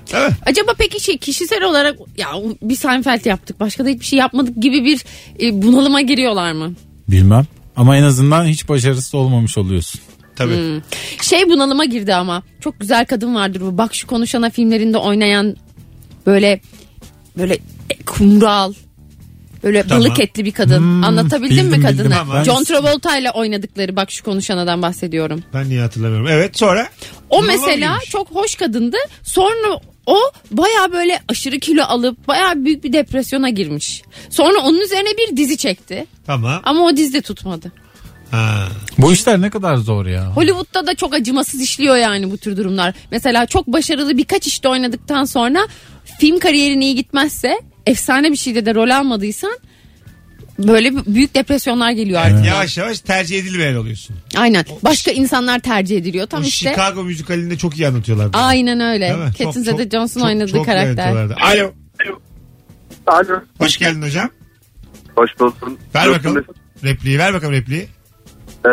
[SPEAKER 3] Acaba peki şey kişisel olarak ya bir Seinfeld yaptık başka da hiçbir şey yapmadık gibi bir e, bunalıma giriyorlar mı?
[SPEAKER 4] Bilmem. Ama en azından hiç başarısız olmamış oluyorsun.
[SPEAKER 2] Tabii.
[SPEAKER 3] Şey bunalıma girdi ama çok güzel kadın vardır bu bak şu konuşana filmlerinde oynayan böyle böyle kumral böyle
[SPEAKER 2] Tamam.
[SPEAKER 3] balık etli bir kadın anlatabildim
[SPEAKER 4] Hmm, bildim,
[SPEAKER 3] mi
[SPEAKER 4] bildim.
[SPEAKER 3] kadını?
[SPEAKER 4] Tamam, ben-
[SPEAKER 3] John Travolta ile oynadıkları bak şu konuşanadan bahsediyorum.
[SPEAKER 2] Ben niye hatırlamıyorum. Evet sonra.
[SPEAKER 3] O
[SPEAKER 2] Bunalıma
[SPEAKER 3] mesela
[SPEAKER 2] girmiş.
[SPEAKER 3] çok hoş kadındı. Sonra o baya böyle aşırı kilo alıp baya büyük bir depresyona girmiş. Sonra onun üzerine bir dizi çekti.
[SPEAKER 2] Tamam.
[SPEAKER 3] Ama o dizi de tutmadı.
[SPEAKER 2] Ha.
[SPEAKER 4] Bu işler ne kadar zor ya.
[SPEAKER 3] Hollywood'da da çok acımasız işliyor yani bu tür durumlar. Mesela çok başarılı birkaç işte oynadıktan sonra film kariyerin iyi gitmezse efsane bir şeyde de rol almadıysan böyle b- büyük depresyonlar geliyor artık.
[SPEAKER 2] Yavaş yavaş tercih edilmeyen oluyorsun.
[SPEAKER 3] Aynen. Başka insanlar tercih ediliyor. Tam
[SPEAKER 2] Bu
[SPEAKER 3] işte.
[SPEAKER 2] Chicago müzikalinde çok iyi anlatıyorlar. bunu.
[SPEAKER 3] Aynen
[SPEAKER 2] Değil mi?
[SPEAKER 3] öyle.
[SPEAKER 2] Çok-
[SPEAKER 3] Catherine
[SPEAKER 2] çok-
[SPEAKER 3] Zeta-Johnson
[SPEAKER 2] çok-
[SPEAKER 3] oynadığı
[SPEAKER 2] çok iyi
[SPEAKER 3] karakter.
[SPEAKER 2] anlatıyorlardı. Alo.
[SPEAKER 6] Alo.
[SPEAKER 2] Hoş geldin hocam.
[SPEAKER 6] Hoş buldum.
[SPEAKER 2] Ver bakalım. Repliği ver bakalım repliği.
[SPEAKER 6] Ee,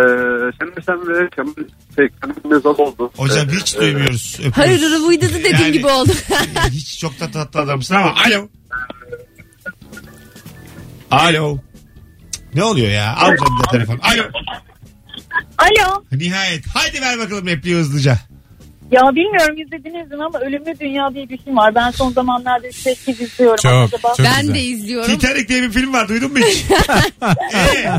[SPEAKER 6] sen sen ve Kemal şey, Kemal Mezal oldu.
[SPEAKER 2] Hocam hiç duymuyoruz. öpüyoruz.
[SPEAKER 3] Hayır hayır, buydu da dediğim
[SPEAKER 2] Yani-
[SPEAKER 3] gibi oldu.
[SPEAKER 2] Hiç çok da tatlı adamsın ama alo. Alo. Ne oluyor ya? Alacağım da telefon. Alo.
[SPEAKER 7] Alo.
[SPEAKER 2] Nihayet. Haydi ver bakalım repliği hızlıca.
[SPEAKER 7] Ya bilmiyorum izlediniz mi ama Ölümlü Dünya diye bir film var. Ben son zamanlarda sürekli izliyorum.
[SPEAKER 4] Çok,
[SPEAKER 7] Acaba-
[SPEAKER 4] çok
[SPEAKER 3] ben
[SPEAKER 4] güzel.
[SPEAKER 3] de izliyorum.
[SPEAKER 2] Titanic diye bir film var duydun mu hiç? ee,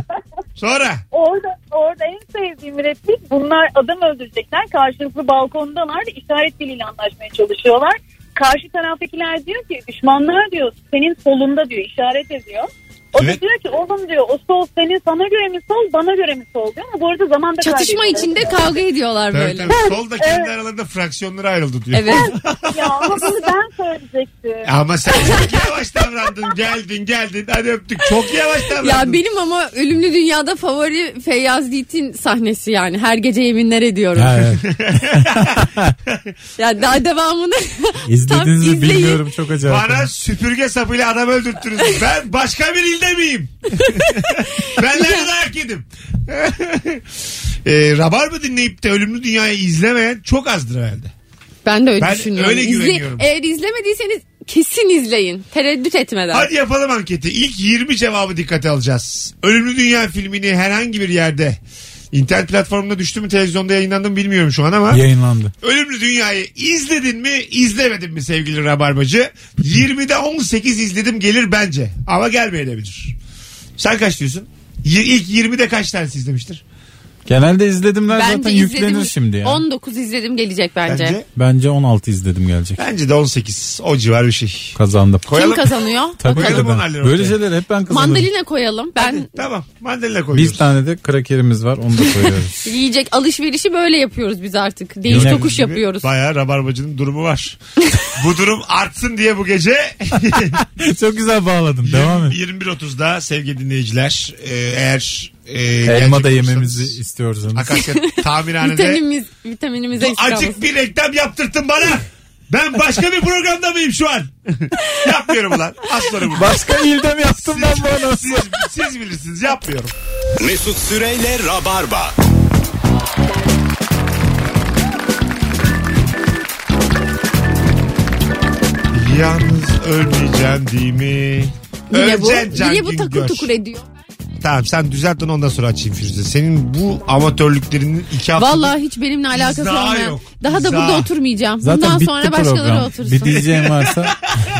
[SPEAKER 2] sonra.
[SPEAKER 7] Orada, orada en sevdiğim replik bunlar adam öldürecekler. Karşılıklı balkondalar işaret diliyle anlaşmaya çalışıyorlar. Karşı taraftakiler diyor ki düşmanlar diyor senin solunda diyor işaret ediyor. O
[SPEAKER 2] Evet.
[SPEAKER 7] da diyor ki oğlum diyor o sol senin sana göre mi sol bana göre mi sol diyor ama bu arada zamanda
[SPEAKER 3] Çatışma içinde kavga ediyorlar
[SPEAKER 2] Tabii,
[SPEAKER 3] böyle.
[SPEAKER 2] tabii. Sol da kendi aralarında fraksiyonlara ayrıldı diyor.
[SPEAKER 3] Evet.
[SPEAKER 7] Ya ama bunu ben söyleyecektim.
[SPEAKER 2] Ama sen çok yavaş davrandın. Geldin geldin. Hadi öptük. Çok yavaş davrandın.
[SPEAKER 3] Ya benim ama ölümlü dünyada favori Feyyaz Yiğit'in sahnesi yani. Her gece yeminler ediyorum.
[SPEAKER 4] Ha, evet.
[SPEAKER 3] Yani daha devamını
[SPEAKER 4] İzlediğinizi
[SPEAKER 3] Tam izleyin.
[SPEAKER 4] bilmiyorum çok acayip.
[SPEAKER 2] Bana süpürge sapıyla adam öldürttünüz. Ben başka bir ilde miyim? ben nerede dayak yedim? e, Rabar mı dinleyip de Ölümlü Dünya'yı izlemeyen çok azdır herhalde.
[SPEAKER 3] Ben de öyle
[SPEAKER 2] Ben
[SPEAKER 3] düşünüyorum.
[SPEAKER 2] öyle
[SPEAKER 3] İzle-
[SPEAKER 2] güveniyorum.
[SPEAKER 3] Eğer izlemediyseniz kesin izleyin. Tereddüt etmeden.
[SPEAKER 2] Hadi yapalım anketi. İlk 20 cevabı dikkate alacağız. Ölümlü Dünya filmini herhangi bir yerde internet platformuna düştü mü televizyonda yayınlandı mı bilmiyorum şu an ama.
[SPEAKER 4] Yayınlandı.
[SPEAKER 2] Ölümlü Dünya'yı izledin mi izlemedin mi sevgili Rabarbacı? 20'de 18 izledim gelir bence ama gelmeyebilir. Sen kaç diyorsun? Y- İlk 20'de kaç tanesi izlemiştir?
[SPEAKER 4] Genelde izledimler zaten
[SPEAKER 3] izledim.
[SPEAKER 4] yüklenir şimdi ya.
[SPEAKER 3] 19 izledim gelecek bence.
[SPEAKER 2] Bence.
[SPEAKER 4] Bence 16 izledim gelecek.
[SPEAKER 2] Bence de 18 o civar bir şey.
[SPEAKER 4] Kazandım.
[SPEAKER 3] Kim
[SPEAKER 2] Koyalım.
[SPEAKER 3] kazanıyor?
[SPEAKER 4] Tabii ki
[SPEAKER 2] Bakalım
[SPEAKER 4] de ben.
[SPEAKER 2] onlarla
[SPEAKER 4] Böyle
[SPEAKER 2] ortaya.
[SPEAKER 4] şeyler hep ben kazanırım.
[SPEAKER 3] Mandalina koyalım. Ben
[SPEAKER 2] Tamam mandalina
[SPEAKER 4] Bir
[SPEAKER 2] koyuyoruz.
[SPEAKER 4] tane de krakerimiz var onu da koyuyoruz.
[SPEAKER 3] yiyecek alışverişi böyle yapıyoruz biz artık. Değiş
[SPEAKER 4] Yine
[SPEAKER 3] tokuş
[SPEAKER 2] Gibi
[SPEAKER 3] Şey yapıyoruz.
[SPEAKER 2] Bayağı Rabarbacı'nın durumu var. bu durum artsın diye bu gece
[SPEAKER 4] Çok güzel bağladın devam et.
[SPEAKER 2] 21.30'da sevgili dinleyiciler e, eğer e,
[SPEAKER 4] Elma da
[SPEAKER 2] gelecek
[SPEAKER 4] yememizi
[SPEAKER 2] olursanız,
[SPEAKER 4] istiyorsanız.
[SPEAKER 2] Akasya tamirhanede
[SPEAKER 3] Vitaminimiz, vitaminimize
[SPEAKER 2] Bu
[SPEAKER 3] eksik
[SPEAKER 2] acık bir reklam yaptırtın bana. Ben başka bir programda mıyım şu an? Yapmıyorum lan. Az sonra bu.
[SPEAKER 4] Başka ilde mi yaptım ben bu anonsu?
[SPEAKER 2] Siz, siz bilirsiniz yapmıyorum.
[SPEAKER 1] Mesut Süreyle Rabarba.
[SPEAKER 2] Yalnız ölmeyeceğim değil mi?
[SPEAKER 3] Yine bu,
[SPEAKER 2] Öleceksin Can
[SPEAKER 3] yine bu
[SPEAKER 2] Güngör.
[SPEAKER 3] takır tukur ediyor.
[SPEAKER 2] Tamam sen düzelt onu ondan sonra açayım Firuze. Senin bu amatörlüklerinin iki hafta...
[SPEAKER 3] Vallahi hiç benimle alakası
[SPEAKER 2] İzahı
[SPEAKER 3] olmayan.
[SPEAKER 2] yok.
[SPEAKER 3] Daha da
[SPEAKER 2] İzahı.
[SPEAKER 3] burada oturmayacağım.
[SPEAKER 4] Zaten
[SPEAKER 3] Bundan
[SPEAKER 4] bitti
[SPEAKER 3] sonra başkaları
[SPEAKER 4] program.
[SPEAKER 3] otursun.
[SPEAKER 4] Bir diyeceğim varsa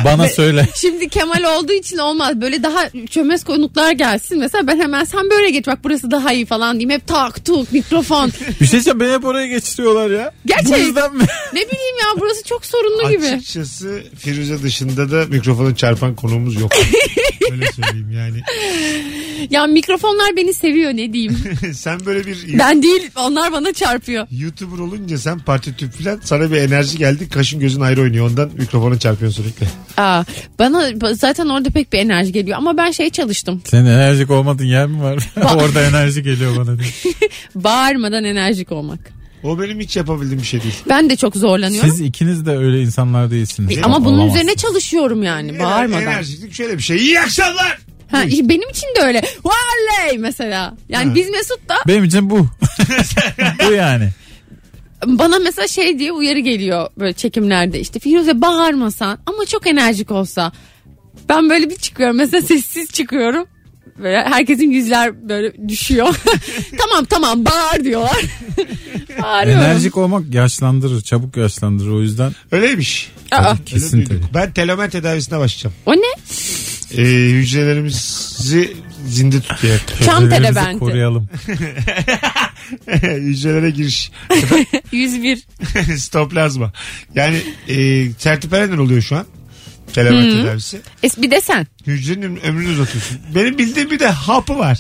[SPEAKER 4] bana söyle.
[SPEAKER 3] Şimdi Kemal olduğu için olmaz. Böyle daha çömez konuklar gelsin. Mesela ben hemen sen böyle geç bak burası daha iyi falan diyeyim. Hep tak tuk mikrofon.
[SPEAKER 4] Bir şey diyeceğim beni hep oraya geçiriyorlar ya.
[SPEAKER 3] Gerçek.
[SPEAKER 4] Bu yüzden mi?
[SPEAKER 3] ne bileyim ya burası çok sorunlu gibi.
[SPEAKER 2] Açıkçası Firuze dışında da mikrofonu çarpan konuğumuz yok. Öyle söyleyeyim yani.
[SPEAKER 3] Ya mikrofonlar beni seviyor ne diyeyim.
[SPEAKER 2] sen böyle bir
[SPEAKER 3] ben değil onlar bana çarpıyor.
[SPEAKER 2] YouTuber olunca sen parti tüp filan sana bir enerji geldi. Kaşın gözün ayrı oynuyor. Ondan mikrofona çarpıyorsun sürekli.
[SPEAKER 3] Aa, bana zaten orada pek bir enerji geliyor. Ama ben şey çalıştım.
[SPEAKER 4] Senin enerjik olmadığın yer mi var? Orada enerji geliyor bana. diye.
[SPEAKER 3] Bağırmadan enerjik olmak.
[SPEAKER 2] O benim hiç yapabildiğim bir şey değil.
[SPEAKER 3] Ben de çok zorlanıyorum.
[SPEAKER 4] Siz ikiniz de öyle insanlar değilsiniz.
[SPEAKER 3] Ama bunun
[SPEAKER 4] Olamazsınız.
[SPEAKER 3] üzerine çalışıyorum yani bağırmadan.
[SPEAKER 2] Ener- Enerjiklik şöyle bir şey. İyi akşamlar.
[SPEAKER 3] Ha, benim için de öyle. Varley mesela. Yani biz Mesut da
[SPEAKER 4] Benim için bu. bu yani.
[SPEAKER 3] bana mesela şey diye uyarı geliyor böyle çekimlerde işte Firuze bağırmasan ama çok enerjik olsa. Ben böyle bir çıkıyorum mesela sessiz çıkıyorum. Böyle herkesin yüzler böyle düşüyor. tamam tamam bağır diyorlar. Bağırıyorum.
[SPEAKER 4] Enerjik olmak yaşlandırır. Çabuk yaşlandırır. O yüzden
[SPEAKER 2] Öyleymiş.
[SPEAKER 3] Aa,
[SPEAKER 4] kesin tabii.
[SPEAKER 2] Duyduk. Ben telomer tedavisine başlayacağım.
[SPEAKER 3] o ne?
[SPEAKER 2] Ee, hücrelerimizi zinde tutuyor.
[SPEAKER 3] Çam
[SPEAKER 4] Hücrelerimizi
[SPEAKER 3] telebenti.
[SPEAKER 4] koruyalım.
[SPEAKER 2] Hücrelere giriş.
[SPEAKER 3] 101.
[SPEAKER 2] Stoplazma. Yani e, sertifelenler oluyor şu an. Telomer tedavisi.
[SPEAKER 3] Es, bir de sen.
[SPEAKER 2] Hücrenin ömrünü uzatıyorsun. Benim bildiğim bir de hapı var.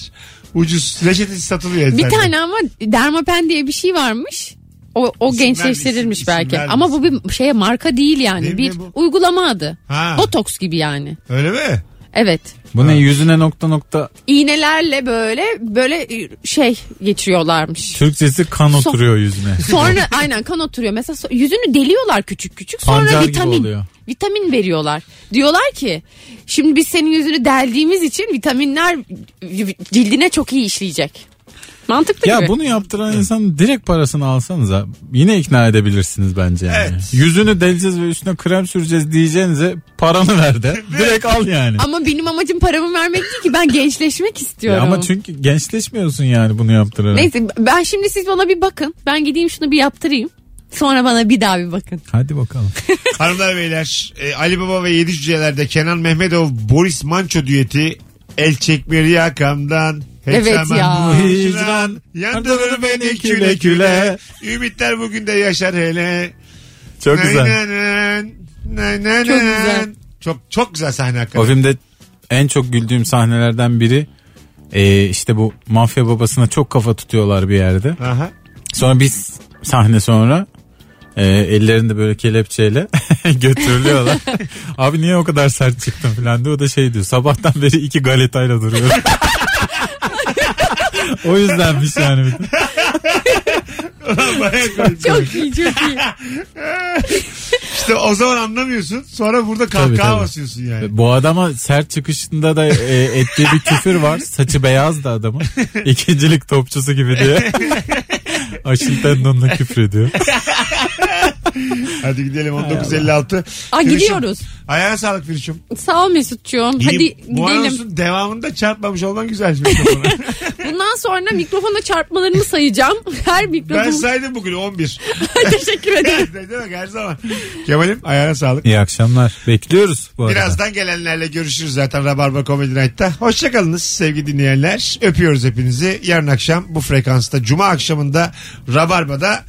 [SPEAKER 2] Ucuz. Reçetesi satılıyor.
[SPEAKER 3] Bir
[SPEAKER 2] eczanede.
[SPEAKER 3] tane ama dermapen diye bir şey varmış. O, o
[SPEAKER 2] İsim vermiş,
[SPEAKER 3] gençleştirilmiş
[SPEAKER 2] isim
[SPEAKER 3] belki.
[SPEAKER 2] vermiş.
[SPEAKER 3] Ama bu bir şeye marka değil yani.
[SPEAKER 2] Değil mi
[SPEAKER 3] bir
[SPEAKER 2] bu?
[SPEAKER 3] uygulama adı.
[SPEAKER 2] Ha.
[SPEAKER 3] Botoks gibi yani.
[SPEAKER 2] Öyle mi?
[SPEAKER 3] Evet.
[SPEAKER 4] Bu ne yüzüne nokta nokta
[SPEAKER 3] İğnelerle böyle böyle şey geçiriyorlarmış.
[SPEAKER 4] Türkçesi kan
[SPEAKER 3] Son-
[SPEAKER 4] oturuyor yüzüne.
[SPEAKER 3] Sonra aynen kan oturuyor. Mesela so- yüzünü deliyorlar küçük küçük. Sonra
[SPEAKER 4] Pancar gibi
[SPEAKER 3] vitamin
[SPEAKER 4] oluyor.
[SPEAKER 3] vitamin veriyorlar. Diyorlar ki şimdi biz senin yüzünü deldiğimiz için vitaminler cildine çok iyi işleyecek. Mantıklı
[SPEAKER 4] Ya
[SPEAKER 3] gibi.
[SPEAKER 4] bunu yaptıran insan direkt parasını alsanıza yine ikna edebilirsiniz bence yani.
[SPEAKER 2] Evet.
[SPEAKER 4] Yüzünü deleceğiz ve üstüne krem süreceğiz diyeceğinize paranı ver de direkt al yani.
[SPEAKER 3] Ama benim amacım paramı vermek değil ki ben gençleşmek istiyorum.
[SPEAKER 4] Ya ama çünkü gençleşmiyorsun yani bunu yaptırarak.
[SPEAKER 3] Neyse ben şimdi siz bana bir bakın. Ben gideyim şunu bir yaptırayım. Sonra bana bir daha bir bakın.
[SPEAKER 4] Hadi bakalım.
[SPEAKER 2] Hanımlar beyler e, Ali Baba ve Yedi Cüceler'de Kenan Mehmetov Boris Manço düeti El çekmeri yakamdan hep
[SPEAKER 3] Evet
[SPEAKER 2] zaman
[SPEAKER 3] ya.
[SPEAKER 2] bu
[SPEAKER 4] Hicran,
[SPEAKER 2] Hicran yandırır beni küle küle Ümitler bugün de yaşar hele
[SPEAKER 4] Çok güzel.
[SPEAKER 2] çok
[SPEAKER 3] Çok
[SPEAKER 2] güzel
[SPEAKER 3] güzel.
[SPEAKER 2] Çok, çok güzel sahne
[SPEAKER 4] O
[SPEAKER 2] hakikaten
[SPEAKER 4] filmde en çok güldüğüm sahnelerden biri e, işte bu mafya babasına çok kafa tutuyorlar bir yerde.
[SPEAKER 2] Aha.
[SPEAKER 4] Sonra biz sahne sonra e, ellerinde böyle kelepçeyle götürülüyorlar. Abi niye o kadar sert çıktın falan diyor. O da şey diyor sabahtan beri iki galetayla duruyorum. o yüzdenmiş yani. bütün.
[SPEAKER 2] Bayağı komik.
[SPEAKER 3] Çok iyi çok iyi.
[SPEAKER 2] İşte o zaman anlamıyorsun sonra burada
[SPEAKER 4] Tabii,
[SPEAKER 2] kahkaha
[SPEAKER 4] tabii.
[SPEAKER 2] basıyorsun yani
[SPEAKER 4] Bu adama sert çıkışında da e, ettiği bir küfür var. Saçı beyaz da adamın. İkincilik topçusu gibi diye. Aşil tendonla küfür ediyor.
[SPEAKER 2] Hadi gidelim 1956
[SPEAKER 3] Aa,
[SPEAKER 2] Firuşum,
[SPEAKER 3] gidiyoruz.
[SPEAKER 2] Ayağına sağlık Firuşum
[SPEAKER 3] Sağ ol Mesut'cuğum. Hadi
[SPEAKER 2] İyi, Bu
[SPEAKER 3] gidelim.
[SPEAKER 2] anonsun devamında çarpmamış olman güzel şimdi
[SPEAKER 3] Bundan sonra mikrofona çarpmalarını sayacağım. Her
[SPEAKER 2] Ben
[SPEAKER 3] mikrofon.
[SPEAKER 2] saydım bugün 11.
[SPEAKER 3] Teşekkür ederim.
[SPEAKER 2] ne demek her zaman. Kemal'im ayağına sağlık.
[SPEAKER 4] İyi akşamlar. Bekliyoruz bu arada.
[SPEAKER 2] Birazdan gelenlerle görüşürüz zaten Rabarba Comedy Night'ta. Hoşçakalınız sevgili dinleyenler. Öpüyoruz hepinizi. Yarın akşam bu frekansta Cuma akşamında Rabarba'da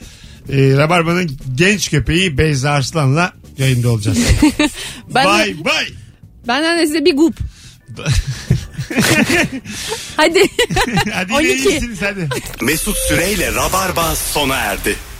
[SPEAKER 2] e, Rabarba'nın genç köpeği Beyza Arslan'la yayında olacağız.
[SPEAKER 3] Ben
[SPEAKER 2] Bay bay.
[SPEAKER 3] benden de size bir gup. Hadi.
[SPEAKER 2] Hadi
[SPEAKER 3] 12.
[SPEAKER 2] iyisiniz hadi.
[SPEAKER 1] Mesut Süreyle Rabarba sona erdi.